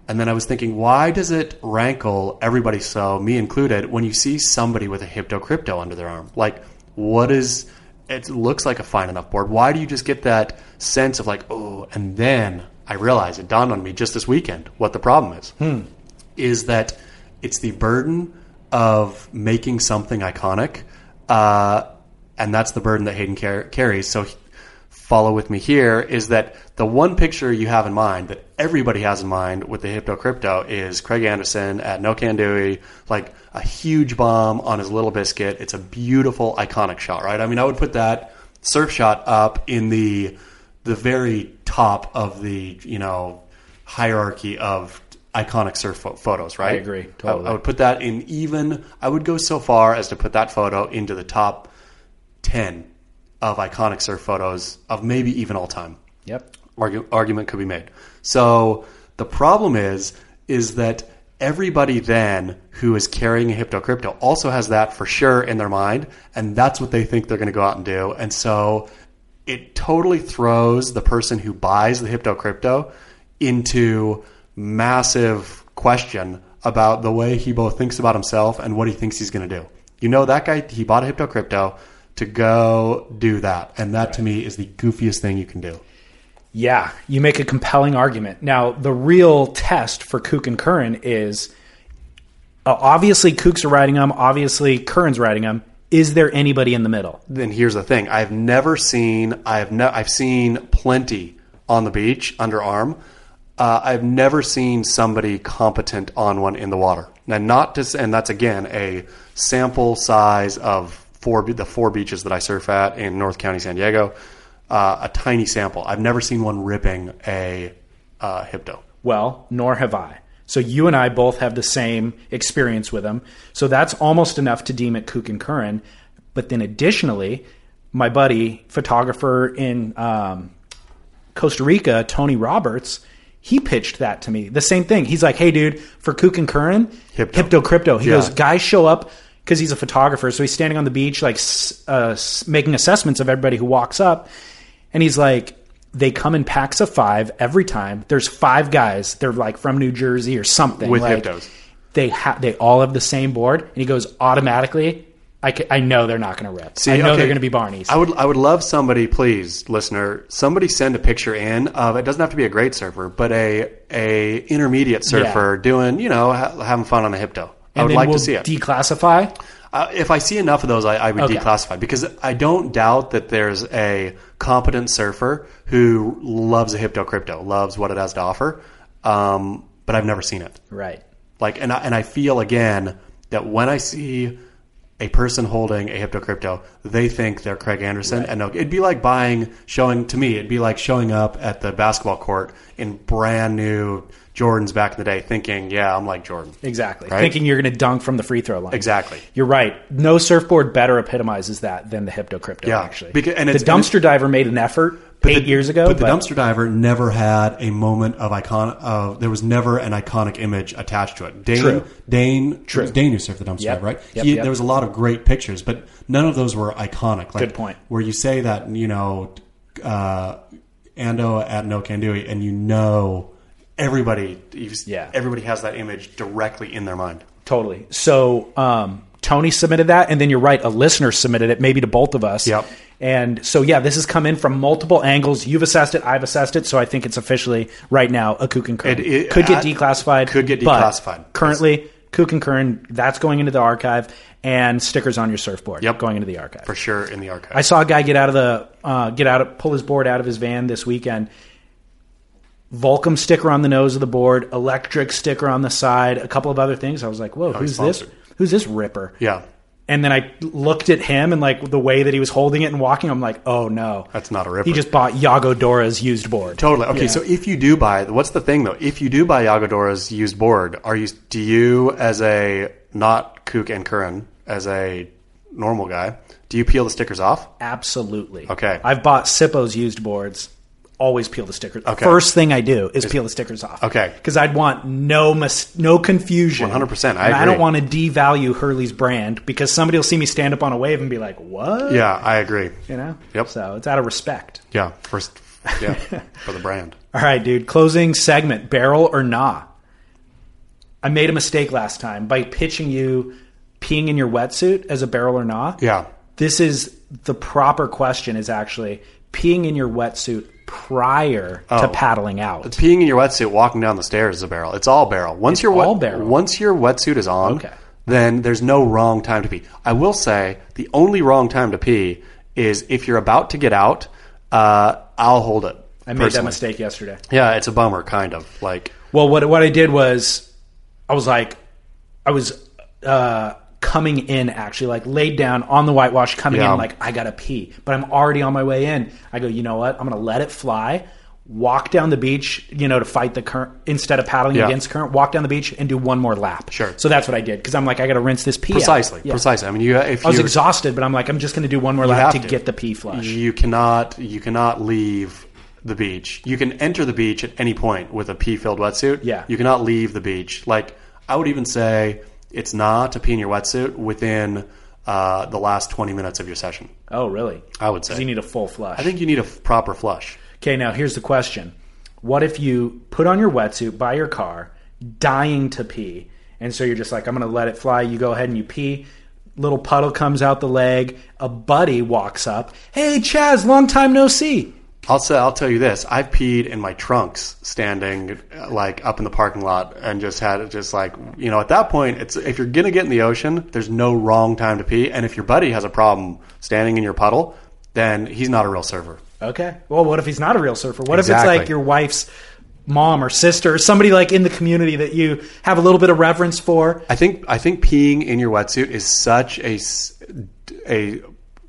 And then I was thinking, why does it rankle everybody so, me included, when you see somebody with a hypto crypto under their arm? Like, what is it looks like a fine enough board. Why do you just get that sense of like, oh, and then I realized it dawned on me just this weekend what the problem is. Is that it's the burden of making something iconic, uh, and that's the burden that Hayden car- carries. So he- follow with me here is that the one picture you have in mind that everybody has in mind with the Hypno Crypto is Craig Anderson at No Can Dewey, like a huge bomb on his little biscuit. It's a beautiful, iconic shot, right? I mean, I would put that surf shot up in the the very top of the you know hierarchy of iconic surf pho- photos, right? I
agree, totally.
I, would put that in even. I would go so far as to put that photo into the top ten of iconic surf photos of maybe even all time.
Yep.
Argu- argument could be made. So the problem is, is that everybody then who is carrying a hypto crypto also has that for sure in their mind, and that's what they think they're going to go out and do. And so it totally throws the person who buys the hypto crypto into massive question about the way he both thinks about himself and what he thinks he's going to do. You know, that guy, he bought a hypto crypto to go do that. And that to me is the goofiest thing you can do.
Yeah, you make a compelling argument. Now, the real test for Kook and Curran is uh, obviously Kook's riding them, obviously Curran's riding them. Is there anybody in the middle?
then here's the thing: I've never seen. I've no, I've seen plenty on the beach underarm. Uh, I've never seen somebody competent on one in the water. Now, not to, s- and that's again a sample size of four be- the four beaches that I surf at in North County, San Diego. Uh, a tiny sample. I've never seen one ripping a uh, hypto.
Well, nor have I. So you and I both have the same experience with them. So that's almost enough to deem it Kook and Curran. But then additionally, my buddy, photographer in um, Costa Rica, Tony Roberts, he pitched that to me. The same thing. He's like, hey, dude, for Kook and Curran,
Hypto.
Hypto Crypto. He
Yeah.
goes, guys show up because he's a photographer. So he's standing on the beach, like s- uh, s- making assessments of everybody who walks up. And he's like, they come in packs of five every time. There's five guys. They're like from New Jersey or something.
With
like,
Hyptos.
They, ha- they all have the same board. And he goes, automatically, I, ca- I know they're not going to rip. I know
okay.
they're going to be Barney's.
I would I would love somebody, please, listener, somebody send a picture in of it doesn't have to be a great surfer, but a a intermediate surfer doing you know ha- having fun on a hypto. I
And
would
then
like
we'll
to see it.
Declassify.
Uh, if I see enough of those, I, I would
Okay.
declassify because I don't doubt that there's a competent surfer who loves a hypto crypto, loves what it has to offer, um, but I've never seen it
Right.
like and I, and I feel again that when I see a person holding a hypto crypto, they think they're Craig Anderson, and no, it'd be like buying showing to me, it'd be like showing up at the basketball court in brand new Jordans back in the day, thinking, yeah, I'm like Jordan.
Exactly.
Right?
Thinking you're going to dunk from the free throw line.
Exactly.
You're right. No surfboard better epitomizes that than the Hypto Crypto,
Yeah.
actually.
Beca- and it's-
the dumpster diver made an effort eight
the-
years ago.
But the dumpster diver never had a moment of icon. Of there was never an iconic image attached to it. Dane,
True.
Dane, True. Dane who surfed the dumpster
Yep.
dive, right?
Yep,
he,
yep.
There was a lot of great pictures, but none of those were iconic. Like,
Good point.
Where you say that you know, uh, Ando at No Can Do It, and you know everybody. you
Yeah.
everybody has that image directly in their mind.
Totally. So um, Tony submitted that, and then you're right, a listener submitted it, maybe to both of us.
Yep.
And so, yeah, this has come in from multiple angles. You've assessed it, I've assessed it, so I think it's officially right now a Kook and Kern.
It- it-
could get
I-
declassified.
could get
but
declassified.
Currently, Kook and Kern, that's going into the archive, and stickers on your surfboard.
Yep.
Going into the archive.
For sure, in the archive.
I saw a guy get out of the uh, get out of pull his board out of his van this weekend. Volcom sticker on the nose of the board, electric sticker on the side, a couple of other things. I was like, "Whoa, who's this?
sponsored.
Who's this ripper?"
yeah,
And then I looked at him and like the way that he was holding it and walking. I'm like, "Oh no,
that's not a ripper.
he just bought Yago Dora's used board."
Totally. Okay, so if you do buy, what's the thing though? If you do buy Yagodora's used board, are you do you as a not Kook and Curran as a normal guy? Do you peel the stickers off?
Absolutely.
Okay.
I've bought Sippo's used boards. Always peel the stickers.
Okay.
First thing I do is peel the stickers off.
Okay.
Because I'd want no mis- no confusion.
100%, I
And I
agree.
don't want to devalue Hurley's brand because somebody will see me stand up on a wave and be like, "What?"
Yeah, I agree.
You know.
Yep.
So it's out of respect.
Yeah, first, yeah, for the brand.
All right, dude. Closing segment: barrel or nah? I made a mistake last time by pitching you peeing in your wetsuit as a barrel or nah.
Yeah,
This is the proper question is actually peeing in your wetsuit prior
Oh.
to paddling out.
peeing in your wetsuit, walking down the stairs is a barrel. It's all barrel. Once your wet-
all barrel.
Once your wetsuit is on,
Okay.
then there's no wrong time to pee. I will say the only wrong time to pee is if you're about to get out uh, I'll hold it.
I made that
personally.
mistake yesterday.
Yeah, it's a bummer, kind of like
Well, what what I did was, I was like, I was uh, coming in actually, like laid down on the whitewash, coming
Yeah.
in like I gotta pee, but I'm already on my way in. I go, you know what? I'm gonna let it fly. Walk down the beach, you know, to fight the current instead of paddling
Yeah.
against current. Walk down the beach and do one more lap.
Sure.
So that's what I did because I'm like, I got to rinse this pee. out.
precisely,
Yeah.
precisely. I mean, you if
I was
you
exhausted, but I'm like, I'm just going to do one more lap
have
to,
to.
get the pee flush.
you cannot you cannot leave the beach. You can enter the beach at any point with a pee-filled wetsuit.
Yeah.
you cannot leave the beach. Like I would even say, it's not to pee in your wetsuit within uh, the last twenty minutes of your session.
Oh, really?
I would
'Cause
say.
you need a full flush.
Uh, I think you need a f- proper flush.
Okay, now here's the question. What if you put on your wetsuit by your car, dying to pee, and so you're just like, I'm going to let it fly. You go ahead and you pee. Little puddle comes out the leg. A buddy walks up. Hey, Chaz, long time no see.
I'll say, I'll tell you this: I've peed in my trunks, standing uh, like up in the parking lot, and just had it just like you know. At that point, it's if you're gonna get in the ocean, there's no wrong time to pee. And if your buddy has a problem standing in your puddle, then he's not a real server.
Okay. Well, what if he's not a real surfer? What if
Exactly.
it's like your wife's mom or sister or somebody like in the community that you have a little bit of reverence for?
I think I think peeing in your wetsuit is such a s- a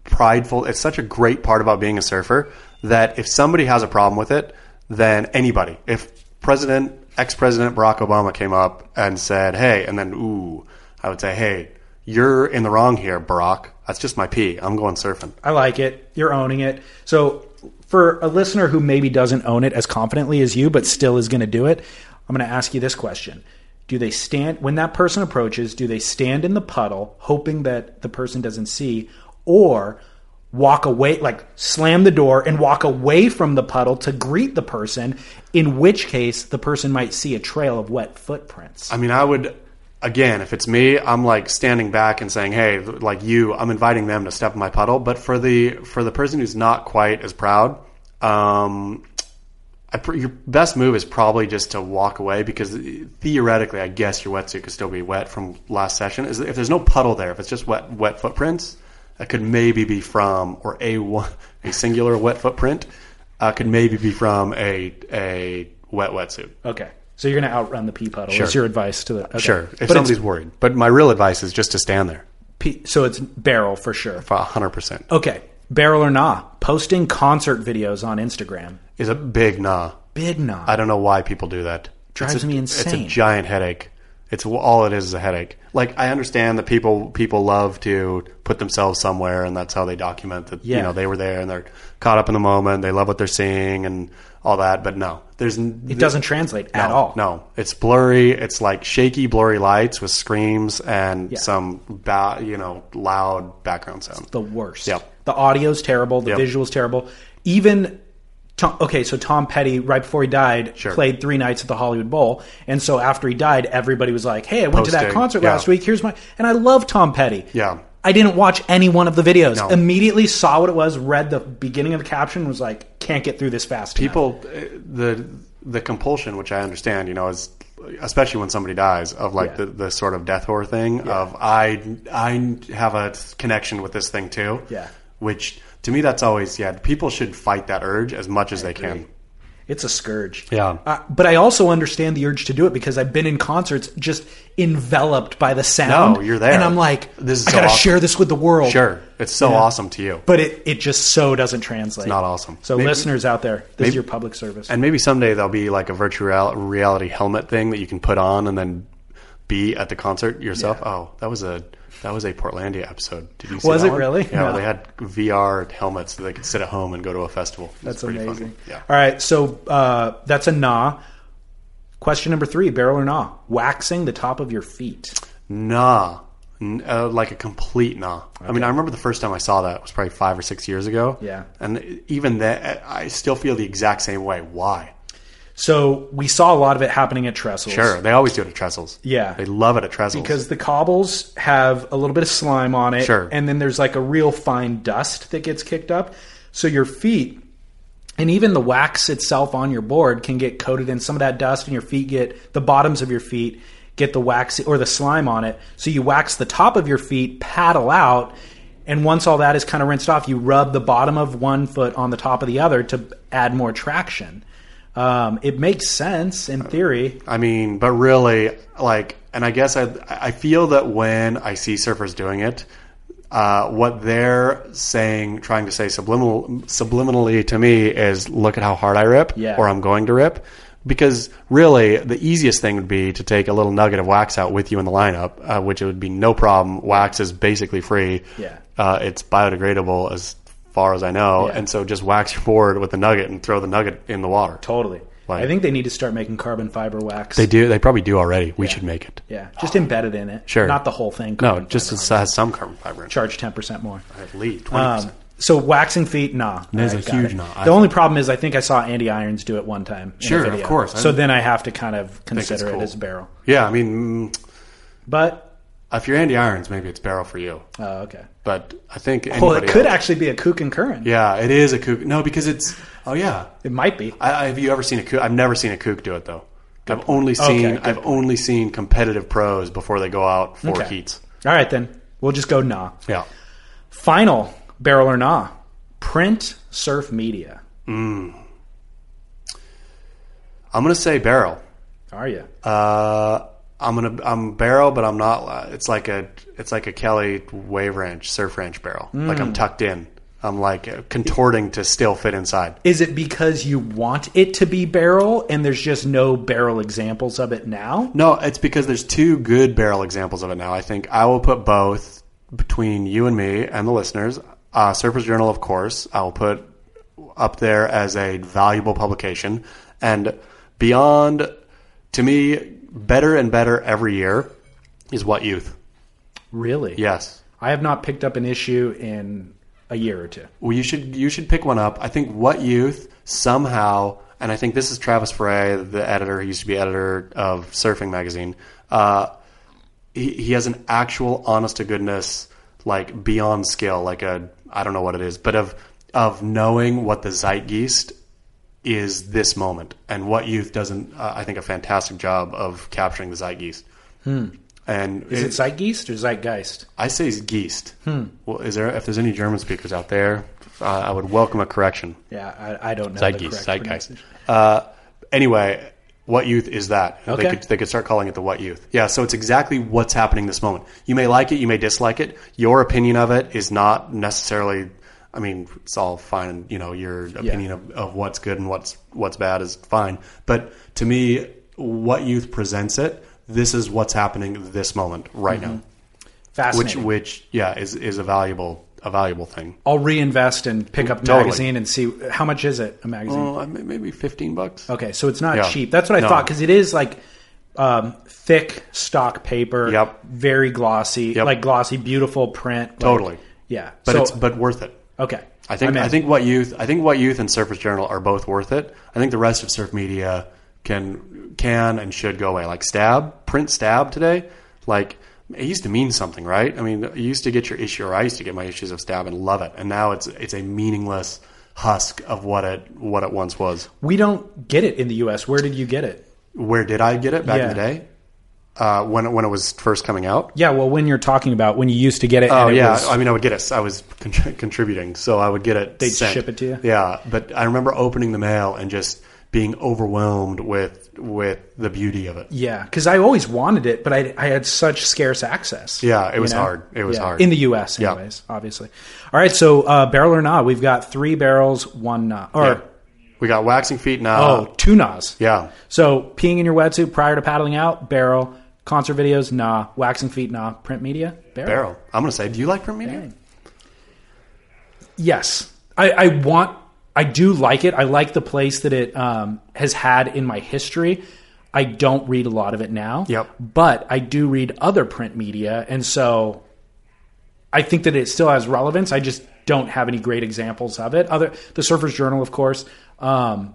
prideful. It's such a great part about being a surfer that if somebody has a problem with it, then anybody. If President ex President Barack Obama came up and said, "Hey," and then ooh, I would say, "Hey, you're in the wrong here, Barack. That's just my pee. I'm going surfing."
I like it. You're owning it. So, for a listener who maybe doesn't own it as confidently as you, but still is going to do it, I'm going to ask you this question. Do they stand, when that person approaches, do they stand in the puddle hoping that the person doesn't see, or walk away, like slam the door and walk away from the puddle to greet the person, in which case the person might see a trail of wet footprints?
I mean, I would. Again, if it's me, I'm like standing back and saying, "Hey, like you, I'm inviting them to step in my puddle." But for the for the person who's not quite as proud, um, I, pr- your best move is probably just to walk away because theoretically, I guess your wetsuit could still be wet from last session. Is if there's no puddle there, if it's just wet wet footprints, that could maybe be from or a one a singular wet footprint uh, could maybe be from a a wet wetsuit.
Okay. So you're going to outrun the pee puddle. Is your advice to the okay.
Sure, if
But it's
somebody's worried. But my real advice is just to stand there
pee- so it's barrel for sure.
for hundred percent.
Okay, barrel or nah, posting concert videos on Instagram.
Is a big nah.
Big nah.
I don't know why people do that.
Drives
It's a-
me
It's a
insane.
giant headache. It's all it is is a headache. Like I understand that people people love to put themselves somewhere, and that's how they document that
Yeah.
you know they were there and they're caught up in the moment. They love what they're seeing and all that. But no, there's
it doesn't translate at all.
No, it's blurry. It's like shaky, blurry lights with screams and some ba- you know loud background sound.
The worst.
Yep.
The audio's terrible. The
Yep.
visual's terrible. Even Tom, okay, so Tom Petty, right before he died,
Sure.
played three nights at the Hollywood Bowl, and so after he died, everybody was like, "Hey, I went to that
Posting,
concert
yeah.
last week. Here's my." And I love Tom Petty.
Yeah.
I didn't watch any one of the videos. Immediately saw what it was, read the beginning of the caption, was like, "Can't get through this fast." enough."
people the the compulsion which i understand you know is especially when somebody dies of like
Yeah.
the, the sort of death horror thing of i i have a connection with this thing too
Yeah.
which to me that's always yeah people should fight that urge as much as they can
It's a scourge.
Yeah.
Uh, but I also understand the urge to do it because I've been in concerts just enveloped by the sound.
No, you're there.
And I'm like,
This is
I
so
gotta
awesome.
share this with the world.
sure it's so awesome to you
But it, it just so doesn't translate. It's
not awesome.
So
Maybe-
listeners out there, this is your public service.
and maybe someday there'll be like a virtual real- reality helmet thing that you can put on and then be at the concert yourself. Oh, that was a that was a Portlandia episode. Did you see
Was
that
it
one?
really?
Yeah,
No.
they had VR helmets so they could sit at home and go to a festival. It was
that's
pretty
amazing.
funny. Yeah.
All right. So uh, that's a nah. Question number three, barrel or nah? Waxing the top of your feet.
Nah. N- Uh, like a complete nah. I mean, I remember the first time I saw that was probably five or six years ago.
Yeah.
And even that, I still feel the exact same way. Why?
So we saw a lot of it happening at trestles.
Sure, they always do it at trestles.
Yeah.
They love it at trestles.
because the cobbles have a little bit of slime on it
Sure.
and then there's like a real fine dust that gets kicked up so your feet and even the wax itself on your board can get coated in some of that dust and your feet get the bottoms of your feet get the wax or the slime on it so you wax the top of your feet paddle out And once all that is kind of rinsed off, you rub the bottom of one foot on the top of the other to add more traction. Um, it makes sense
Uh,
in theory.
I mean, but really, like, and I guess I I feel that when I see surfers doing it, uh, what they're saying, trying to say subliminal, subliminally to me is, look at how hard I rip,
Yeah.
or I'm going to rip. Because really, the easiest thing would be to take a little nugget of wax out with you in the lineup, uh, which it would be no problem. Wax is basically free.
Yeah.
Uh, it's biodegradable as far as I know,
Yeah.
and so just wax your board with a nugget and throw the nugget in the water.
Totally.
Like-
I think they need to start making carbon fiber wax.
They do. They probably do already. We should make it.
Yeah, just embedded in it.
Sure.
Not the whole thing.
No,
carbon
just
fiber.
it has some carbon fiber in it.
charge 10% more.
At least twenty
Um,
percent.
so waxing feet, nah.
There's
Alright,
a
got
huge
it.
nah. I
The only problem is I think I saw Andy Irons do it one time. in a
Sure, of
video.
course. I
So then I have to kind of
it's
consider
cool.
it as barrel.
Yeah, I mean, mm,
But
if you're Andy Irons, maybe it's barrel for you.
oh, okay.
But I think anybody
Well, it could
else-
actually be a kook and curran.
Yeah, it is a kook. No, because it's. Oh yeah,
It might be.
I, I- have you ever seen a kook? I've never seen a kook do it though. I've only seen
Okay, good
I've only seen competitive pros before they go out for
Okay.
heats.
All right, then. We'll just go nah.
Yeah,
Final barrel or nah. Print surf media.
I'm gonna say barrel.
Are you?
Uh, I'm gonna I'm barrel, but I'm not. uh, It's like a it's like a Kelly wave wrench, surf wrench barrel. Like
Mm.
I'm tucked in. I'm like uh, contorting to still fit inside.
Is it because you want it to be barrel and there's just no barrel examples of it now?
No, it's because there's two good barrel examples of it now. I think I will put both between you and me and the listeners. Uh, Surfers Journal, of course, I'll put up there as a valuable publication. And beyond, to me, better and better every year is What Youth.
Really?
Yes.
I have not picked up an issue in a year or two.
Well, you should you should pick one up. I think What Youth somehow, and I think this is Travis Frey, the editor. He used to be editor of Surfing Magazine. Uh, he, he has an actual honest to goodness like beyond skill, like a I don't know what it is, but of of knowing what the zeitgeist is this moment and what youth doesn't. Uh, I think a fantastic job of capturing the zeitgeist. And
Hmm. Is it Zeitgeist or Zeitgeist?
I say Geist.
Hmm.
Well, is there if there's any German speakers out there, uh, I would welcome a correction.
Yeah, I, I don't know. the correct
Zeitgeist, Zeitgeist.
pronunciation.
Uh, anyway, what youth is that?
Okay.
They could they could start calling it the what youth. Yeah, so it's exactly what's happening this moment. You may like it, you may dislike it. Your opinion of it is not necessarily. I mean, it's all fine. You know, your opinion of, of what's good and what's what's bad is fine. But to me, what youth presents it. This is what's happening this moment right now which
Mm-hmm. Fascinating.
which yeah is is a valuable a valuable thing.
I'll reinvest and pick up
Totally.
magazine and see how much is it a magazine.
Oh, maybe fifteen bucks.
Okay, so it's not
Mm. Yeah.
cheap. That's what I
No.
thought, 'cause thought because it is like um, thick stock paper.
Yep.
Very glossy,
Yep.
like glossy, beautiful print. like-
Totally.
Yeah.
But
so
it's but worth it.
okay.
I think
I'm in.
I think what youth I think what youth and Surface Journal are both worth it. I think the rest of surf media can can and should go away. Like stab print stab today, like. It used to mean something, right? I mean, you used to get your issue, or I used to get my issues of Stab and love it, and now it's it's a meaningless husk of what it what it once was.
we don't get it in the U.S. Where did you get it?
Where did I get it back in the
Yeah.
day? Uh, when it- when it was first coming out,
Yeah. Well, when you're talking about when you used to get it.
Oh
and it
yeah,
was-
I mean, I would get it. I was con- contributing, so I would get it.
They'd
sent.
ship it to you?
Yeah, but I remember opening the mail and just being overwhelmed with with the beauty of it.
yeah, because I always wanted it, but I, I had such scarce access.
Yeah, it was
you know?
hard. It was
Yeah,
hard.
in the U.S.
Yeah.
Anyways, obviously. All right, so uh, barrel or not, we've got three barrels, one not, or
Yeah. we got waxing feet now.
oh, two nas.
yeah,
So peeing in your wetsuit prior to paddling out, barrel. Concert videos, nah. Waxing feet, nah. Print media, barrel.
barrel. I'm gonna say, do you like print media?
Yes, I, I want. I do like it. I like the place that it um, has had in my history. I don't read a lot of it now.
Yep.
But I do read other print media, and so I think that it still has relevance. I just don't have any great examples of it. Other the Surfers Journal, of course. Um,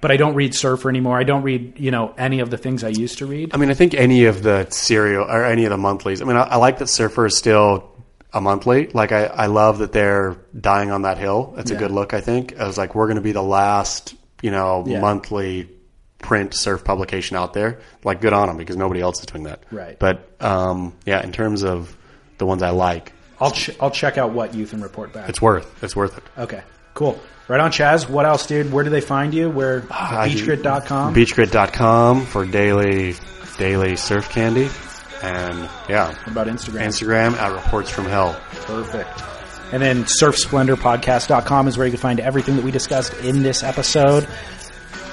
but I don't read Surfer anymore. I don't read you know any of the things I used to read.
I mean, I think any of the serial or any of the monthlies. I mean, I, I like that Surfer is still a monthly. Like, I, I love that they're dying on that hill. It's a
Yeah.
good look, I think. I was like, we're going to be the last, you know,
Yeah.
monthly print surf publication out there. Like, good on them because nobody else is doing that.
Right.
But um, yeah, in terms of the ones I like,
I'll ch- I'll check out what youth and report back.
It's worth. It's worth it.
Okay, cool. Right on, Chaz. What else, dude? Where do they find you? Where
I do-
beachgrit.com.
Beachgrit.com for daily daily surf candy, and yeah,
What about Instagram.
Instagram at reports from hell.
Perfect. And then surfsplendorpodcast.com is where you can find everything that we discussed in this episode.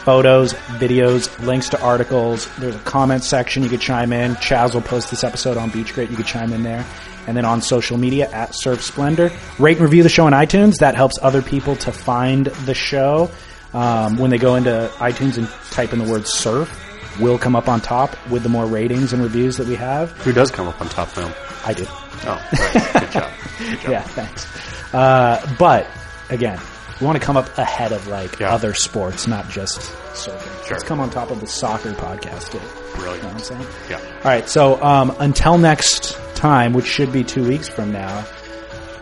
Photos, videos, links to articles. There's a comment section you could chime in. Chaz will post this episode on Beach Grit. You could chime in there. And then on social media at Surf Splendor. Rate and review the show on iTunes. That helps other people to find the show. Um, when they go into iTunes and type in the word surf, we'll come up on top with the more ratings and reviews that we have.
Who does come up on top film?
I do.
Oh, right. good job. Good job.
Yeah, thanks. Uh, but again, we want to come up ahead of like
Yeah.
other sports, not just surfing.
Sure.
Let's come on top of the soccer podcast. Dude. You know what I'm
Brilliant.
saying?
Yeah.
All right. So um, until next time, which should be two weeks from now,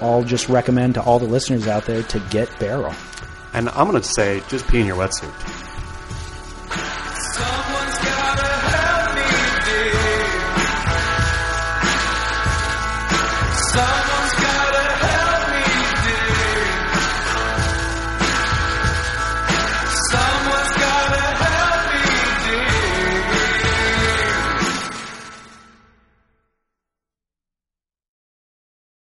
I'll just recommend to all the listeners out there to get barrel.
And I'm going to say, just pee in your wetsuit.